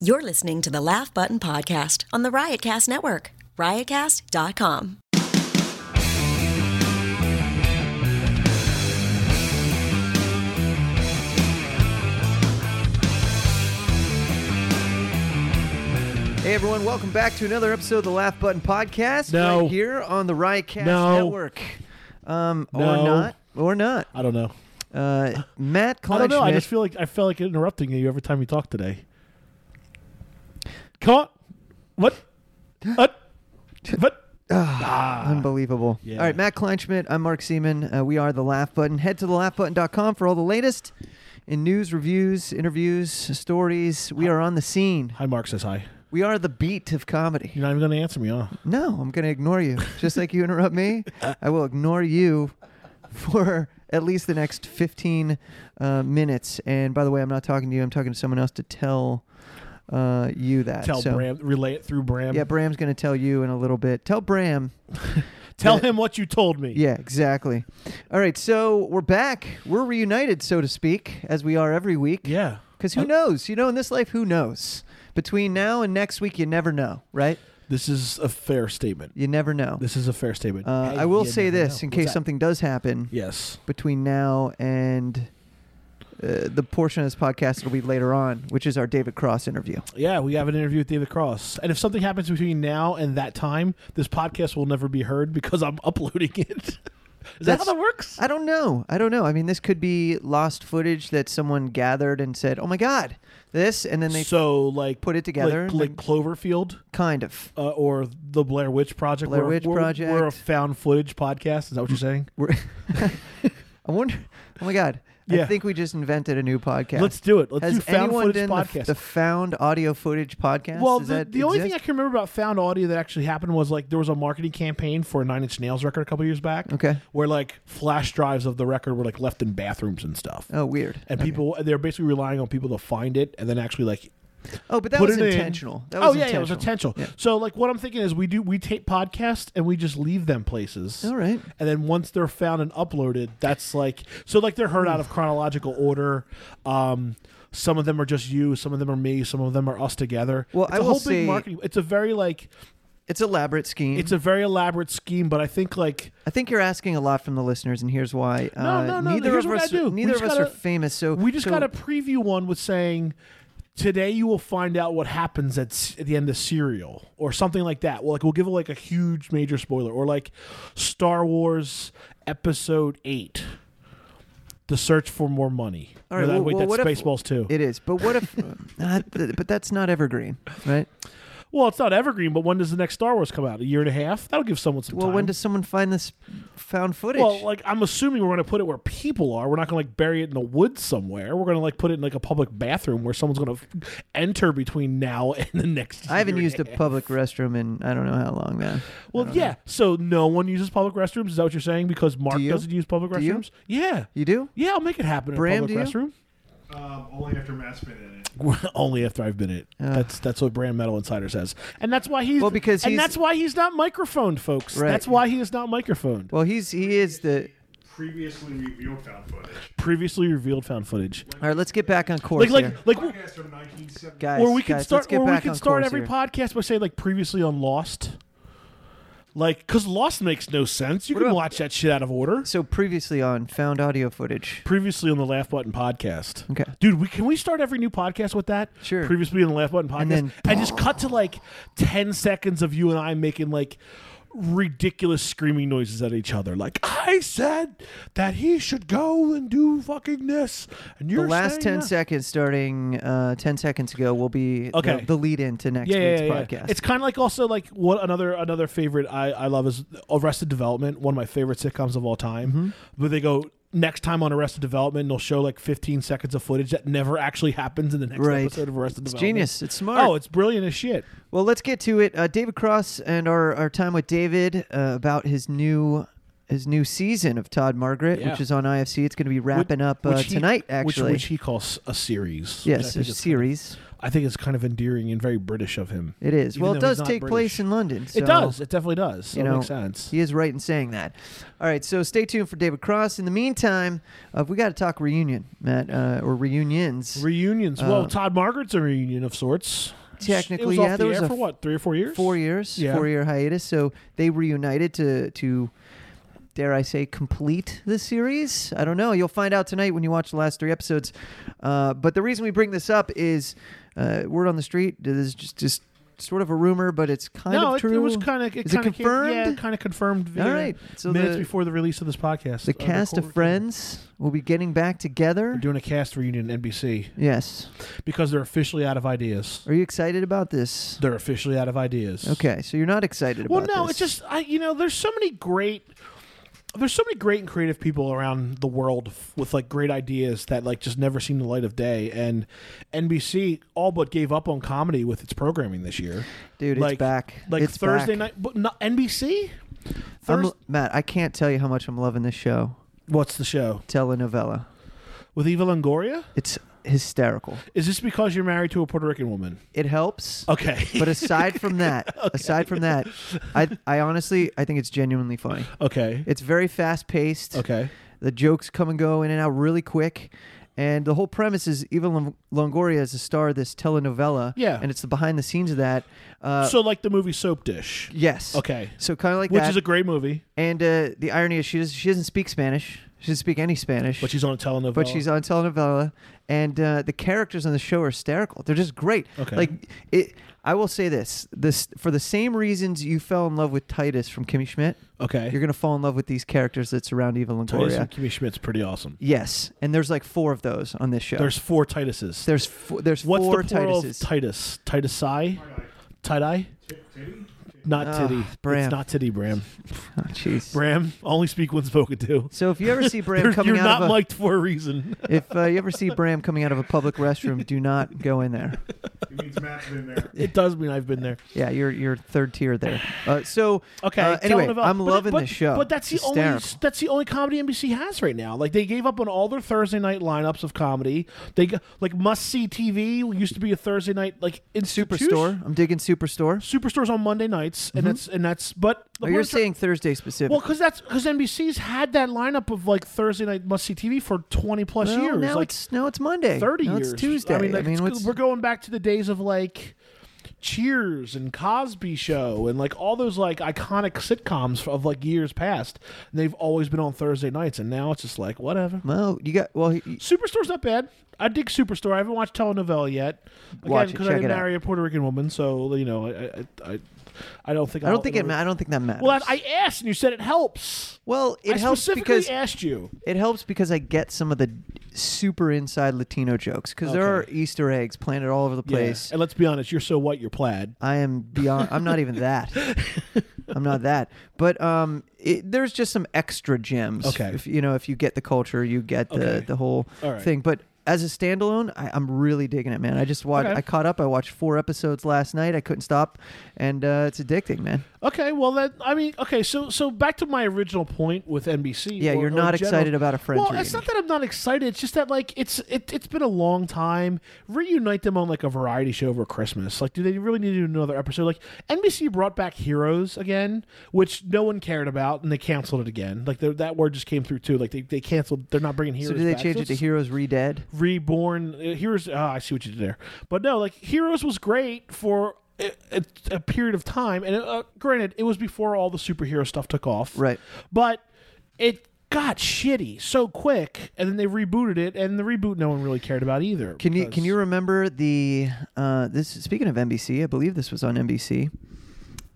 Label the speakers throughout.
Speaker 1: You're listening to the Laugh Button Podcast on the Riotcast Network, riotcast.com.
Speaker 2: Hey everyone, welcome back to another episode of the Laugh Button Podcast.
Speaker 3: No.
Speaker 2: Right here on the Riotcast
Speaker 3: No.
Speaker 2: Network. Um, Or
Speaker 3: No.
Speaker 2: not. Or not.
Speaker 3: I don't know.
Speaker 2: Uh, Matt
Speaker 3: I don't know. I
Speaker 2: Kleinschmidt-
Speaker 3: just feel like I felt like interrupting you every time you talk today. Come on. What? What? What?
Speaker 2: Ah, Unbelievable.
Speaker 3: Ah. Yeah.
Speaker 2: All right, Matt Kleinschmidt. I'm Mark Seaman. Uh, we are The Laugh Button. Head to thelaughbutton.com for all the latest in news, reviews, interviews, stories. We are on the scene.
Speaker 3: Hi, Mark says hi.
Speaker 2: We are the beat of comedy.
Speaker 3: You're not even going to answer me, huh?
Speaker 2: No, I'm going to ignore you. Just like you interrupt me, I will ignore you for at least the next 15 uh, minutes. And by the way, I'm not talking to you. I'm talking to someone else to tell uh, you that.
Speaker 3: Tell
Speaker 2: So-
Speaker 3: Bram, relay it through Bram.
Speaker 2: Yeah, Bram's going to tell you in a little bit. Tell Bram
Speaker 3: Tell him what you told me.
Speaker 2: Yeah, exactly. All right, so we're back. We're reunited, so to speak, as we are every week.
Speaker 3: Yeah. Uh,
Speaker 2: Because who knows? You know, in this life, who knows? Between now and next week, you never know, right?
Speaker 3: This is a fair statement.
Speaker 2: You never know.
Speaker 3: This is a fair statement.
Speaker 2: Uh,
Speaker 3: Hey,
Speaker 2: I will
Speaker 3: you
Speaker 2: say
Speaker 3: never
Speaker 2: this
Speaker 3: know.
Speaker 2: in
Speaker 3: What's
Speaker 2: case
Speaker 3: that?
Speaker 2: something does happen
Speaker 3: Yes.
Speaker 2: between now and uh, the portion of this podcast that'll be later on, which is our David Cross interview.
Speaker 3: Yeah, we have an interview with David Cross. And if something happens between now and that time, this podcast will never be heard because I'm uploading it. Is that how
Speaker 2: That's-
Speaker 3: that works?
Speaker 2: I don't know. I don't know. I mean, this could be lost footage that someone gathered and said, "Oh my God, this," and then they
Speaker 3: so like
Speaker 2: put it together
Speaker 3: like,
Speaker 2: and
Speaker 3: like Cloverfield
Speaker 2: kind of.
Speaker 3: uh, or the Blair Witch Project.
Speaker 2: Blair
Speaker 3: We're-
Speaker 2: Witch
Speaker 3: we're-
Speaker 2: Project.
Speaker 3: We're a found footage podcast. Is that what you're saying?
Speaker 2: We're I wonder. Oh my god! I
Speaker 3: Yeah.
Speaker 2: think we just invented a new podcast.
Speaker 3: Let's do it. Let's
Speaker 2: Has
Speaker 3: do found
Speaker 2: anyone
Speaker 3: footage
Speaker 2: done the-
Speaker 3: podcast.
Speaker 2: The, found audio footage podcast.
Speaker 3: well,
Speaker 2: Does
Speaker 3: the,
Speaker 2: that
Speaker 3: the only thing I
Speaker 2: exist?
Speaker 3: can remember about found audio that actually happened was like there was a marketing campaign for a Nine Inch Nails record a couple years back.
Speaker 2: Okay.
Speaker 3: where like flash drives of the record were like left in bathrooms and stuff,
Speaker 2: oh weird.
Speaker 3: and
Speaker 2: Okay.
Speaker 3: people they're basically relying on people to find it and then actually like
Speaker 2: Oh, but that
Speaker 3: put
Speaker 2: was
Speaker 3: it in.
Speaker 2: intentional. That
Speaker 3: oh
Speaker 2: was
Speaker 3: yeah, yeah, it
Speaker 2: intentional.
Speaker 3: was intentional.
Speaker 2: Yeah.
Speaker 3: So like what I'm thinking is we do we tape podcasts and we just leave them places.
Speaker 2: All right.
Speaker 3: And then once they're found and uploaded, that's like so like they're heard out of chronological order. Um, some of them are just you, some of them are me, some of them are us together.
Speaker 2: Well,
Speaker 3: it's
Speaker 2: I
Speaker 3: a
Speaker 2: will
Speaker 3: whole
Speaker 2: say-
Speaker 3: big marketing. It's a very like
Speaker 2: It's elaborate scheme.
Speaker 3: it's a very elaborate scheme, but I think like
Speaker 2: I think you're asking a lot from the listeners, and here's why.
Speaker 3: No,
Speaker 2: Uh,
Speaker 3: no, no,
Speaker 2: Neither
Speaker 3: here's
Speaker 2: of
Speaker 3: what
Speaker 2: us.
Speaker 3: I do. We
Speaker 2: Neither of
Speaker 3: just
Speaker 2: us are
Speaker 3: gotta-
Speaker 2: famous, so
Speaker 3: we just
Speaker 2: so
Speaker 3: got to preview one with saying today you will find out what happens at, s- at the end of serial or something like that well like we'll give like a huge major spoiler or like star wars episode 8 the search for more money
Speaker 2: All right,
Speaker 3: No, that-
Speaker 2: well-
Speaker 3: wait,
Speaker 2: well,
Speaker 3: that's
Speaker 2: what if-
Speaker 3: spaceballs too
Speaker 2: It is, but what if? uh, th- but that's not evergreen, right?
Speaker 3: well it's not evergreen but when does the next star wars come out a year and a half that'll give someone some
Speaker 2: Well,
Speaker 3: time
Speaker 2: when does someone find this found footage?
Speaker 3: well like i'm assuming we're gonna put it where people are we're not gonna like bury it in the woods somewhere we're gonna like put it in like a public bathroom where someone's gonna f- enter between now and the next
Speaker 2: I haven't
Speaker 3: year and
Speaker 2: used a
Speaker 3: half.
Speaker 2: public restroom in I don't know how long, man.
Speaker 3: Well, yeah. So no one uses public restrooms. Is that what you're saying? Because Mark
Speaker 2: Do you?
Speaker 3: doesn't use public
Speaker 2: Do you?
Speaker 3: restrooms. Yeah,
Speaker 2: You do?
Speaker 3: yeah. I'll make it happen
Speaker 2: Bram,
Speaker 3: in a public
Speaker 2: do
Speaker 3: restroom.
Speaker 4: Um, only after Matt's been in it.
Speaker 3: Only after I've been it. That's that's what Brand Metal Insider says, and that's why he's
Speaker 2: Well, because
Speaker 3: and
Speaker 2: he's-
Speaker 3: that's why he's not microphoned, folks.
Speaker 2: Right.
Speaker 3: That's why he is not microphoned.
Speaker 2: Well, he's he is the.
Speaker 4: Previously revealed found footage.
Speaker 3: Previously revealed found footage.
Speaker 2: All right, let's get back on course
Speaker 3: Like like
Speaker 2: here.
Speaker 3: like.
Speaker 4: Podcast from 1970.
Speaker 2: guys.
Speaker 3: or we
Speaker 2: guys,
Speaker 3: can
Speaker 2: let's
Speaker 3: start
Speaker 2: get
Speaker 3: or we
Speaker 2: back
Speaker 3: can
Speaker 2: on
Speaker 3: start
Speaker 2: course
Speaker 3: every
Speaker 2: here.
Speaker 3: podcast by saying like previously on Lost. Like, because Lost makes no sense. You
Speaker 2: What
Speaker 3: can
Speaker 2: about-
Speaker 3: watch that shit out of order.
Speaker 2: So previously on found audio footage.
Speaker 3: Previously on the Laugh Button podcast.
Speaker 2: Okay.
Speaker 3: Dude, we, can we start every new podcast with that?
Speaker 2: Sure.
Speaker 3: Previously on the Laugh Button podcast.
Speaker 2: And
Speaker 3: And,
Speaker 2: then-
Speaker 3: just cut to like 10 seconds of you and I making like ridiculous screaming noises at each other. Like, I said that he should go and do fucking this. And
Speaker 2: The
Speaker 3: you're
Speaker 2: last
Speaker 3: saying
Speaker 2: ten
Speaker 3: that.
Speaker 2: seconds, starting uh, ten seconds ago, will be the-
Speaker 3: Okay.
Speaker 2: the, lead in to next week's podcast.
Speaker 3: It's kind of like also like what another another favorite I I love is Arrested Development, one of my favorite sitcoms of all time.
Speaker 2: Mm-hmm.
Speaker 3: Where they go next time on Arrested Development, they'll show like 15 seconds of footage that never actually happens in the next
Speaker 2: Right.
Speaker 3: episode of Arrested
Speaker 2: It's
Speaker 3: Development.
Speaker 2: genius. It's smart.
Speaker 3: Oh, it's brilliant as shit.
Speaker 2: Well, let's get to it. Uh, David Cross and our, our time with David uh, about his new his new season of Todd Margaret,
Speaker 3: Yeah.
Speaker 2: which is on IFC. It's going to be wrapping up uh,
Speaker 3: Which he-
Speaker 2: tonight,
Speaker 3: which-
Speaker 2: actually.
Speaker 3: Which, he calls a series. which I
Speaker 2: yes, a
Speaker 3: think is kind of-
Speaker 2: series.
Speaker 3: I think it's kind of endearing and very British of him.
Speaker 2: It is.
Speaker 3: even
Speaker 2: Well, it
Speaker 3: though he's
Speaker 2: does
Speaker 3: not
Speaker 2: take place
Speaker 3: British.
Speaker 2: in London. So
Speaker 3: it does. It definitely does. So
Speaker 2: you
Speaker 3: it
Speaker 2: know,
Speaker 3: makes sense.
Speaker 2: He is right in saying that. All right, so stay tuned for David Cross. In the meantime, uh, we got to talk reunion, Matt, uh, or reunions.
Speaker 3: Reunions.
Speaker 2: Uh,
Speaker 3: well, Todd Margaret's a reunion of sorts. it
Speaker 2: Technically,
Speaker 3: was
Speaker 2: yeah, there
Speaker 3: off the
Speaker 2: was
Speaker 3: air
Speaker 2: a
Speaker 3: for what three or four years.
Speaker 2: Four years,
Speaker 3: Yeah.
Speaker 2: four year hiatus. So they reunited to to dare I say complete the series. I don't know. You'll find out tonight when you watch the last three episodes. Uh, but the reason we bring this up is uh, word on the street. This is just just sort of a rumor, but it's kind
Speaker 3: no,
Speaker 2: of
Speaker 3: it,
Speaker 2: true.
Speaker 3: it was kind of.
Speaker 2: Is it
Speaker 3: kinda came- yeah,
Speaker 2: confirmed?
Speaker 3: it kind of confirmed. Via
Speaker 2: All right. So
Speaker 3: minutes
Speaker 2: the,
Speaker 3: before the release of this podcast,
Speaker 2: the
Speaker 3: uh,
Speaker 2: cast
Speaker 3: recorded.
Speaker 2: of Friends will be getting back
Speaker 3: They're
Speaker 2: together.
Speaker 3: doing a cast reunion at NBC
Speaker 2: Yes.
Speaker 3: because they're officially out of ideas.
Speaker 2: Are you excited about this?
Speaker 3: They're officially out of ideas.
Speaker 2: Okay, so you're not excited
Speaker 3: Well,
Speaker 2: about
Speaker 3: no,
Speaker 2: this.
Speaker 3: it's just I. You know, there's so many great. There's so many great and creative people around the world f- with like great ideas that like just never seen the light of day, and NBC all but gave up on comedy with its programming this year.
Speaker 2: dude,
Speaker 3: like
Speaker 2: it's back.
Speaker 3: Like
Speaker 2: it's
Speaker 3: Thursday
Speaker 2: back.
Speaker 3: night, but not NBC.
Speaker 2: I'm,
Speaker 3: Thurs-
Speaker 2: Matt, I can't tell you how much I'm loving this show,
Speaker 3: What's the show
Speaker 2: telenovela.
Speaker 3: with Eva Longoria?
Speaker 2: It's hysterical.
Speaker 3: Is this because you're married to a Puerto Rican woman?
Speaker 2: It helps,
Speaker 3: Okay,
Speaker 2: but aside from that, aside from that, I, I honestly, I think it's genuinely funny.
Speaker 3: okay,
Speaker 2: It's very fast paced.
Speaker 3: okay.
Speaker 2: The jokes come and go in and out really quick. And the whole premise is Eva Lon- Longoria is the star of this telenovela.
Speaker 3: Yeah.
Speaker 2: And it's the behind the scenes of that. Uh,
Speaker 3: so like the movie Soap Dish,
Speaker 2: yes.
Speaker 3: okay,
Speaker 2: So kind of like
Speaker 3: which
Speaker 2: that.
Speaker 3: is a great movie,
Speaker 2: and uh, the irony is she, does, she doesn't speak Spanish. She doesn't speak any Spanish.
Speaker 3: but she's on a telenovela.
Speaker 2: but she's on telenovela, and uh, the characters on the show are hysterical. They're just great.
Speaker 3: Okay.
Speaker 2: Like it, I will say this: this for the same reasons you fell in love with Titus from Kimmy Schmidt,
Speaker 3: okay.
Speaker 2: you're gonna fall in love with these characters that surround Eva Longoria.
Speaker 3: Titus and Kimmy Schmidt's pretty awesome.
Speaker 2: Yes, and there's like four of those on this show.
Speaker 3: There's four Tituses.
Speaker 2: there's fo- there's
Speaker 3: What's
Speaker 2: four
Speaker 3: the plural
Speaker 2: Tituses.
Speaker 3: of Titus? Titusi? Tie-dye?
Speaker 4: Titty?
Speaker 3: Not
Speaker 2: Ah,
Speaker 3: titty.
Speaker 2: Bram.
Speaker 3: It's not titty, Bram.
Speaker 2: Oh, Jeez.
Speaker 3: Bram, only speak when spoken to.
Speaker 2: so if you ever see Bram
Speaker 3: You're,
Speaker 2: coming
Speaker 3: you're
Speaker 2: out
Speaker 3: not
Speaker 2: of a,
Speaker 3: liked for a reason.
Speaker 2: if uh, you ever see Bram coming out of a public restroom, do not go in there.
Speaker 4: It means Matt's been there.
Speaker 3: it does mean I've been there.
Speaker 2: Yeah, you're you're third tier there. Uh, so
Speaker 3: Okay.
Speaker 2: uh, anyway,
Speaker 3: telenovela-
Speaker 2: I'm
Speaker 3: but-
Speaker 2: loving
Speaker 3: but-
Speaker 2: this show.
Speaker 3: But that's the
Speaker 2: It's
Speaker 3: only
Speaker 2: hysterical.
Speaker 3: that's the only comedy NBC has right now. Like they gave up on all their Thursday night lineups of comedy. They g- like must see TV used to be a Thursday night like in
Speaker 2: Superstore. I'm digging Superstore.
Speaker 3: Superstore's on Monday nights, and that's and that's. But
Speaker 2: Oh,
Speaker 3: the
Speaker 2: you're
Speaker 3: point I'm try-
Speaker 2: saying Thursday specific.
Speaker 3: Well, because that's because NBC's had that lineup of like Thursday night must see TV for twenty plus
Speaker 2: Well,
Speaker 3: years,
Speaker 2: now
Speaker 3: like
Speaker 2: it's now it's Monday.
Speaker 3: thirty
Speaker 2: Now
Speaker 3: years.
Speaker 2: It's Tuesday.
Speaker 3: I mean, like, it's-
Speaker 2: what's-
Speaker 3: we're going back to the days of like Cheers and Cosby Show and like all those like iconic sitcoms of like years past. And they've always been on Thursday nights, and now it's just like whatever.
Speaker 2: well, you got well. he-
Speaker 3: Superstore's not bad. I dig Superstore. I haven't watched telenovela yet.
Speaker 2: Watch it.
Speaker 3: because
Speaker 2: Check
Speaker 3: I didn't
Speaker 2: it out.
Speaker 3: marry a Puerto Rican woman, so you know, I, I, I, I don't think
Speaker 2: I
Speaker 3: I'll-
Speaker 2: don't think it.
Speaker 3: it'll-
Speaker 2: ma- I don't think that matters.
Speaker 3: Well, I, I asked, and you said it helps.
Speaker 2: Well, it
Speaker 3: I
Speaker 2: helps
Speaker 3: specifically
Speaker 2: because
Speaker 3: asked you.
Speaker 2: it helps because I get some of the super inside Latino jokes because there are
Speaker 3: Okay.
Speaker 2: Easter eggs planted all over the place.
Speaker 3: And let's be honest, you're so white, you're plaid.
Speaker 2: I am beyond. I'm not even that. I'm not that. But um, it, there's just some extra gems.
Speaker 3: Okay.
Speaker 2: If, you know, if you get the culture, you get the
Speaker 3: Okay.
Speaker 2: the whole
Speaker 3: All right.
Speaker 2: thing. But as a standalone, I, I'm really digging it, man. I just watched.
Speaker 3: Okay.
Speaker 2: I caught up. I watched four episodes last night. I couldn't stop, and uh, it's addicting, man.
Speaker 3: Okay, well that I mean, okay, so so back to my original point with NBC.
Speaker 2: Yeah,
Speaker 3: or-
Speaker 2: you're
Speaker 3: or
Speaker 2: not
Speaker 3: general-
Speaker 2: excited about a Friends
Speaker 3: Well, it's not that I'm not excited. It's just that like it's it, it's been a long time. Reunite them on like a variety show over Christmas. Like, do they really need to do another episode? Like NBC brought back Heroes again, which no one cared about, and they canceled it again. Like the, that word just came through too. Like they, they canceled. They're not bringing Heroes.
Speaker 2: So did they
Speaker 3: back.
Speaker 2: change it to
Speaker 3: it's-
Speaker 2: Heroes Redead?
Speaker 3: reborn uh, heroes ah, i see what you did there but no like heroes was great for a, a, a period of time and uh, granted it was before all the superhero stuff took off
Speaker 2: Right.
Speaker 3: but it got shitty so quick and then they rebooted it and the reboot no one really cared about either
Speaker 2: Can you can you remember the uh, this? Speaking of NBC, I believe this was on NBC.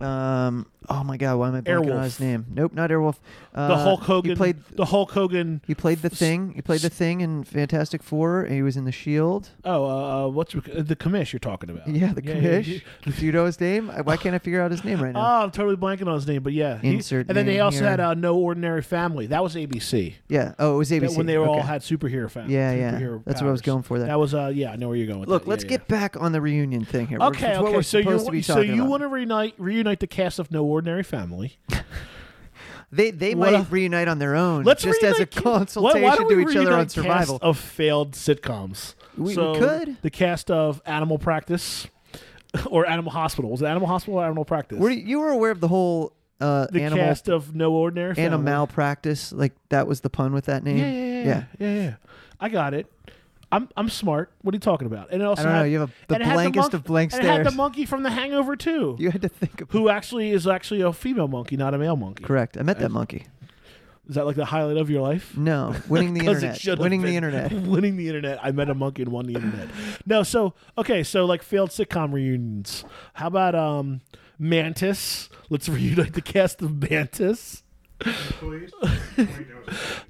Speaker 2: Um. Oh my God! Why am I blanking on
Speaker 3: Airwolf.
Speaker 2: his name? Nope, not Airwolf. Uh,
Speaker 3: the hulk
Speaker 2: He
Speaker 3: hogan
Speaker 2: played
Speaker 3: the hulk hogan
Speaker 2: He played the thing. He played the thing in Fantastic Four. And he was in the Shield.
Speaker 3: oh uh, uh, what's uh, the commish you're talking about
Speaker 2: Yeah, the Commish.
Speaker 3: you-
Speaker 2: Do you know his name? I- Why can't I figure out his name right now?
Speaker 3: Oh, I'm totally blanking on his name, but yeah. He-
Speaker 2: Insert
Speaker 3: and then they
Speaker 2: name
Speaker 3: also
Speaker 2: here.
Speaker 3: had uh, No Ordinary Family. That was ABC.
Speaker 2: yeah. Oh, it was ABC.
Speaker 3: that when they were all
Speaker 2: Okay.
Speaker 3: had superhero fans.
Speaker 2: Yeah, yeah. That's what I was going for there.
Speaker 3: That was uh, yeah. I know where you're going. With
Speaker 2: Look,
Speaker 3: that.
Speaker 2: let's
Speaker 3: Yeah,
Speaker 2: get back on the reunion thing here.
Speaker 3: yeah.
Speaker 2: which
Speaker 3: Okay,
Speaker 2: is what
Speaker 3: okay.
Speaker 2: we're
Speaker 3: So you
Speaker 2: supposed to be
Speaker 3: so
Speaker 2: talking
Speaker 3: you
Speaker 2: about.
Speaker 3: want to reunite reunite the cast of No Ordinary Family?
Speaker 2: They they
Speaker 3: What
Speaker 2: might
Speaker 3: a-
Speaker 2: reunite on their own,
Speaker 3: Let's
Speaker 2: just as a
Speaker 3: reunite-
Speaker 2: consultation
Speaker 3: why, why don't
Speaker 2: to
Speaker 3: we
Speaker 2: each other
Speaker 3: reunite
Speaker 2: on survival.
Speaker 3: casts of failed sitcoms.
Speaker 2: We- we
Speaker 3: So,
Speaker 2: could.
Speaker 3: the cast of Animal Practice or Animal Hospital was it Animal Hospital or Animal Practice?
Speaker 2: Were you, you were aware of the whole uh,
Speaker 3: the
Speaker 2: animal
Speaker 3: cast of No Ordinary
Speaker 2: animal
Speaker 3: Family.
Speaker 2: malpractice? Like that was the pun with that name.
Speaker 3: Yeah, yeah, yeah, yeah, yeah, yeah. I got it. I'm I'm smart. What are you talking about? And it also
Speaker 2: don't know.
Speaker 3: had,
Speaker 2: You have a- the
Speaker 3: and it had
Speaker 2: blankest of blank
Speaker 3: And it had the
Speaker 2: stares.
Speaker 3: monkey from The Hangover too,
Speaker 2: You had to think of
Speaker 3: who actually is actually a female monkey, not a male monkey.
Speaker 2: correct. I met that monkey.
Speaker 3: Is that like the highlight of your life?
Speaker 2: No, winning the
Speaker 3: 'Cause it
Speaker 2: internet.
Speaker 3: should've
Speaker 2: Winning the
Speaker 3: been.
Speaker 2: internet.
Speaker 3: winning the internet. I met a monkey and won the internet. No, so okay, so like failed sitcom reunions. How about um Mantis? Let's reunite the cast of Mantis.
Speaker 4: Please. Wait, no,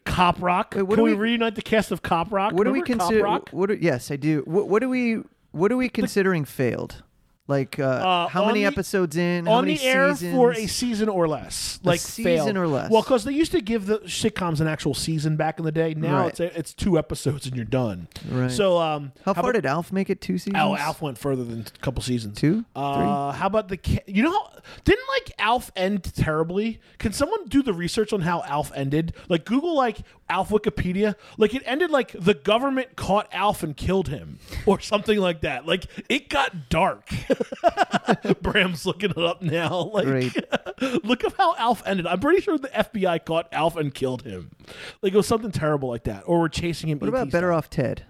Speaker 3: Cop Rock.
Speaker 2: Wait, what do
Speaker 3: Can we,
Speaker 2: we-
Speaker 3: reunite the cast of Cop Rock?
Speaker 2: What do we
Speaker 3: Remember Cop
Speaker 2: consider?
Speaker 3: Rock?
Speaker 2: What? Are, yes, I do. What, what do we? What are we considering failed? Like uh, how
Speaker 3: on
Speaker 2: many
Speaker 3: the-
Speaker 2: episodes in? how
Speaker 3: on
Speaker 2: many
Speaker 3: the air
Speaker 2: seasons?
Speaker 3: for a season or less, like
Speaker 2: season
Speaker 3: failed.
Speaker 2: or less.
Speaker 3: Well, because they used to give the sitcoms an actual season back in the day. Now
Speaker 2: Right.
Speaker 3: it's it's two episodes and you're done.
Speaker 2: Right.
Speaker 3: So um,
Speaker 2: how, far
Speaker 3: about-
Speaker 2: did Alf make it? Two seasons.
Speaker 3: Oh, Alf went further than a couple seasons.
Speaker 2: Two?
Speaker 3: Uh, how about the? Ca- you know, how- didn't like Alf end terribly? Can someone do the research on how Alf ended? Like Google like Alf Wikipedia. Like it ended like the government caught Alf and killed him, or something like that. Like it got dark. Bram's looking it up now. Like look up how Alf ended. I'm pretty sure the FBI caught Alf and killed him. Like it was something terrible like that, or we're chasing him. E
Speaker 2: What about Better Off Ted?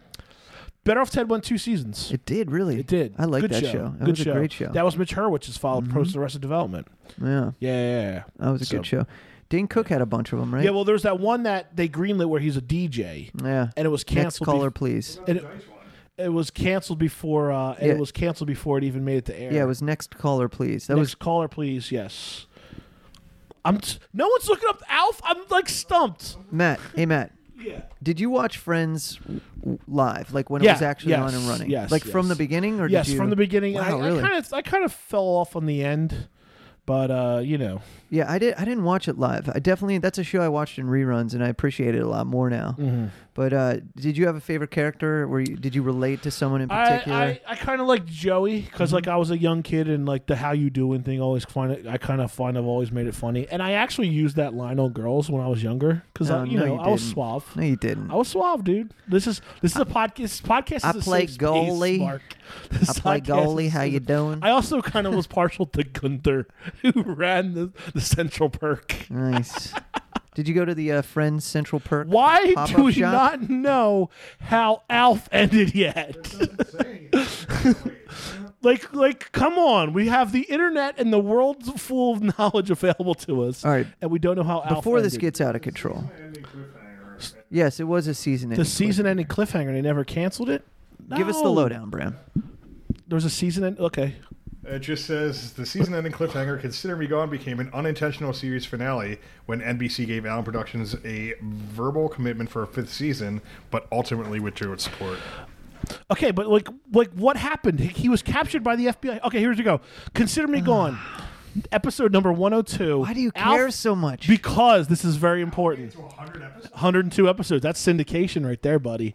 Speaker 3: Better Off Ted won two seasons.
Speaker 2: It did really.
Speaker 3: It did.
Speaker 2: I like
Speaker 3: Good
Speaker 2: that show. That
Speaker 3: Good
Speaker 2: was a great show.
Speaker 3: That was mature, which is followed post Arrested Development.
Speaker 2: yeah,
Speaker 3: Yeah, yeah, yeah.
Speaker 2: that was a good show. Dane Cook had a bunch of them, right?
Speaker 3: Yeah, well, there's that one that they greenlit where he's a DJ,
Speaker 2: Yeah.
Speaker 3: and it was
Speaker 2: Mm. Next
Speaker 3: canceled.
Speaker 2: caller,
Speaker 3: bef-
Speaker 2: please.
Speaker 3: and it,
Speaker 4: nice one.
Speaker 3: it was canceled before. Uh, and
Speaker 2: Yeah.
Speaker 3: It was canceled before it even made it to air.
Speaker 2: Yeah, it was next caller, please. That
Speaker 3: Next
Speaker 2: was
Speaker 3: caller, please. Yes. I'm. T- no one's looking up Alf. I'm like stumped.
Speaker 2: Matt. Hey, Matt.
Speaker 3: Yeah.
Speaker 2: Did you watch Friends w- w- live, like when it
Speaker 3: Yeah,
Speaker 2: was actually
Speaker 3: yes,
Speaker 2: on and running?
Speaker 3: yes,
Speaker 2: like from
Speaker 3: yes.
Speaker 2: the beginning, or
Speaker 3: Yes,
Speaker 2: did you?
Speaker 3: from the beginning. I-
Speaker 2: Wow,
Speaker 3: I,
Speaker 2: really?
Speaker 3: kind of. I kind of fell off on the end, but uh, you know.
Speaker 2: yeah, I did. I didn't watch it live. I definitely that's a show I watched in reruns, and I appreciate it a lot more now.
Speaker 3: Mm-hmm.
Speaker 2: But uh, did you have a favorite character? Were you, did you relate to someone in particular? Mm-hmm.
Speaker 3: I, I, I kind of like Joey because like I was a young kid and like the how you doing thing always find it, I kind of find I've always made it funny and I actually used that line on girls when I was younger because
Speaker 2: No,
Speaker 3: I you
Speaker 2: no,
Speaker 3: know
Speaker 2: you
Speaker 3: I was
Speaker 2: didn't.
Speaker 3: suave
Speaker 2: no, you didn't.
Speaker 3: I was suave dude this is this is a podcast podcast is
Speaker 2: I
Speaker 3: a
Speaker 2: play
Speaker 3: safe space,
Speaker 2: goalie.
Speaker 3: Mark.
Speaker 2: I
Speaker 3: This
Speaker 2: play
Speaker 3: podcast
Speaker 2: goalie.
Speaker 3: is-
Speaker 2: How you doing?
Speaker 3: I also kind of was partial to Gunther who ran the, the Central Perk.
Speaker 2: nice. did you go to the uh, Friends Central Perk?
Speaker 3: Why
Speaker 2: pop-up
Speaker 3: do we
Speaker 2: shop?
Speaker 3: not know how Alf ended yet?
Speaker 4: Saying it. Wait.
Speaker 3: Like, like, come on! We have the internet and the world's full of knowledge available to us,
Speaker 2: All right.
Speaker 3: and we don't know how. Alf
Speaker 2: Before this
Speaker 3: ended.
Speaker 2: gets out of control.
Speaker 4: Ending cliffhanger.
Speaker 2: Yes, it was a season.
Speaker 3: the
Speaker 2: ending.
Speaker 3: season ending cliffhanger, and they never canceled it.
Speaker 2: Give us the
Speaker 3: No.
Speaker 2: lowdown, Bram.
Speaker 3: There was a season end. Okay,
Speaker 4: It just says the season ending cliffhanger, Consider Me Gone, became an unintentional series finale when NBC gave Allen Productions a verbal commitment for a fifth season, but ultimately withdrew its support.
Speaker 3: okay, but like, like, what happened? He he was captured by the FBI. Okay, here's we go. Consider me gone. Episode number one hundred two.
Speaker 2: Why do you
Speaker 3: Alf-
Speaker 2: care so much?
Speaker 3: Because this is very important.
Speaker 4: 100 Oh, episodes?
Speaker 3: Hundred and two episodes. That's syndication right there, buddy.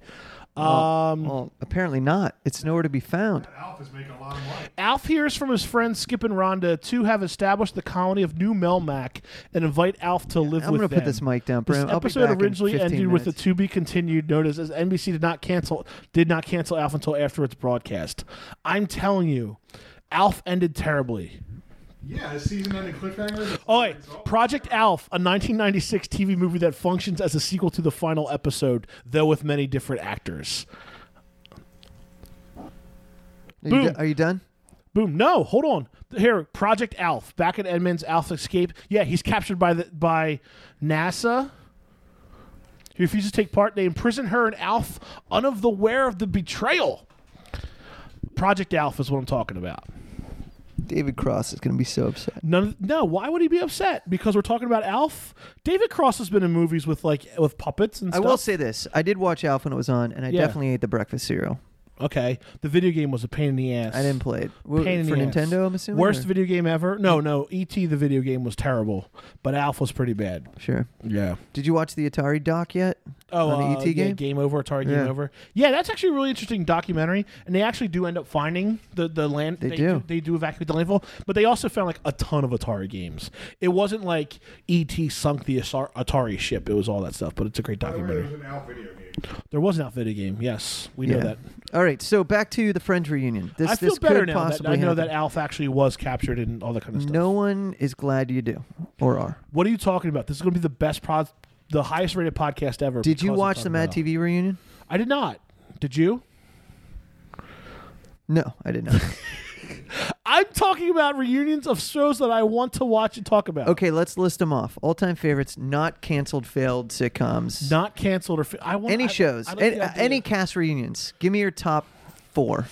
Speaker 3: Um,
Speaker 2: Well, apparently not. It's nowhere to be found.
Speaker 4: Alf is making a lot of money.
Speaker 3: Alf hears from his friends Skip and Rhonda to have established the colony of New Melmac and invite Alf to live
Speaker 2: I'm
Speaker 3: with
Speaker 2: gonna
Speaker 3: them.
Speaker 2: put this mic down, Bram.
Speaker 3: This
Speaker 2: I'll be
Speaker 3: episode
Speaker 2: back in
Speaker 3: originally
Speaker 2: 15
Speaker 3: ended with a
Speaker 2: minutes.
Speaker 3: to be continued notice as NBC did not cancel did not cancel Alf until after its broadcast. I'm telling you, Alf ended terribly.
Speaker 4: Yeah, a season ending cliffhanger.
Speaker 3: Oh, wait. Project Alf, a 1996 TV movie that functions as a sequel to the final episode, though with many different actors.
Speaker 2: Are you,
Speaker 3: Boom.
Speaker 2: do- are you done?
Speaker 3: Boom. No, hold on. Here, Project Alf, back at Edmonds, Alf escape. Yeah, he's captured by the by NASA. He refuses to take part. They imprison her and Alf, unaware of the betrayal. Project Alf is what I'm talking about.
Speaker 2: David Cross is going to be so upset.
Speaker 3: None. No, why would he be upset? Because we're talking about Alf. David Cross has been in movies with like with puppets and
Speaker 2: I
Speaker 3: stuff.
Speaker 2: will say this: I did watch Alf when it was on, and I
Speaker 3: Yeah.
Speaker 2: definitely ate the breakfast cereal.
Speaker 3: Okay, the video game was a pain in the ass.
Speaker 2: I didn't play it Wo-
Speaker 3: Pain in
Speaker 2: for
Speaker 3: the ass.
Speaker 2: Nintendo. I'm assuming
Speaker 3: Worst
Speaker 2: or-
Speaker 3: video game ever? No, no. ET the video game was terrible, but Alf was pretty bad.
Speaker 2: Sure.
Speaker 3: Yeah.
Speaker 2: Did you watch the Atari doc yet?
Speaker 3: Oh,
Speaker 2: on the
Speaker 3: uh,
Speaker 2: ET
Speaker 3: yeah,
Speaker 2: E game.
Speaker 3: game over, Atari
Speaker 2: Yeah.
Speaker 3: game over. Yeah, that's actually a really interesting documentary, and they actually do end up finding the the land.
Speaker 2: They do.
Speaker 3: They do evacuate the landfill, but they also found like a ton of Atari games. It wasn't like ET sunk the Asar- Atari ship. It was all that stuff, but it's a great documentary.
Speaker 4: an Alf video game.
Speaker 3: There was an Alf video game. Yes, we know that.
Speaker 2: All right. So back to the Friends reunion. This
Speaker 3: I feel
Speaker 2: this
Speaker 3: better
Speaker 2: could
Speaker 3: now. That
Speaker 2: possibly
Speaker 3: I know
Speaker 2: happen.
Speaker 3: that Alf actually was captured and all that kind of stuff.
Speaker 2: No one is glad you do or are.
Speaker 3: What are you talking about? This is going to be the best pod, the highest rated podcast ever.
Speaker 2: Did you
Speaker 3: because I'm
Speaker 2: watch the
Speaker 3: talking
Speaker 2: Mad
Speaker 3: about Alf.
Speaker 2: TV reunion?
Speaker 3: I did not. Did you?
Speaker 2: No, I did not.
Speaker 3: I'm talking about reunions of shows that I want to watch and talk about.
Speaker 2: okay, let's list them off. All time favorites, not canceled, failed sitcoms.
Speaker 3: Not canceled or fi- I want
Speaker 2: any
Speaker 3: I-
Speaker 2: shows,
Speaker 3: I like
Speaker 2: any,
Speaker 3: the idea.
Speaker 2: any cast reunions. Give me your top four.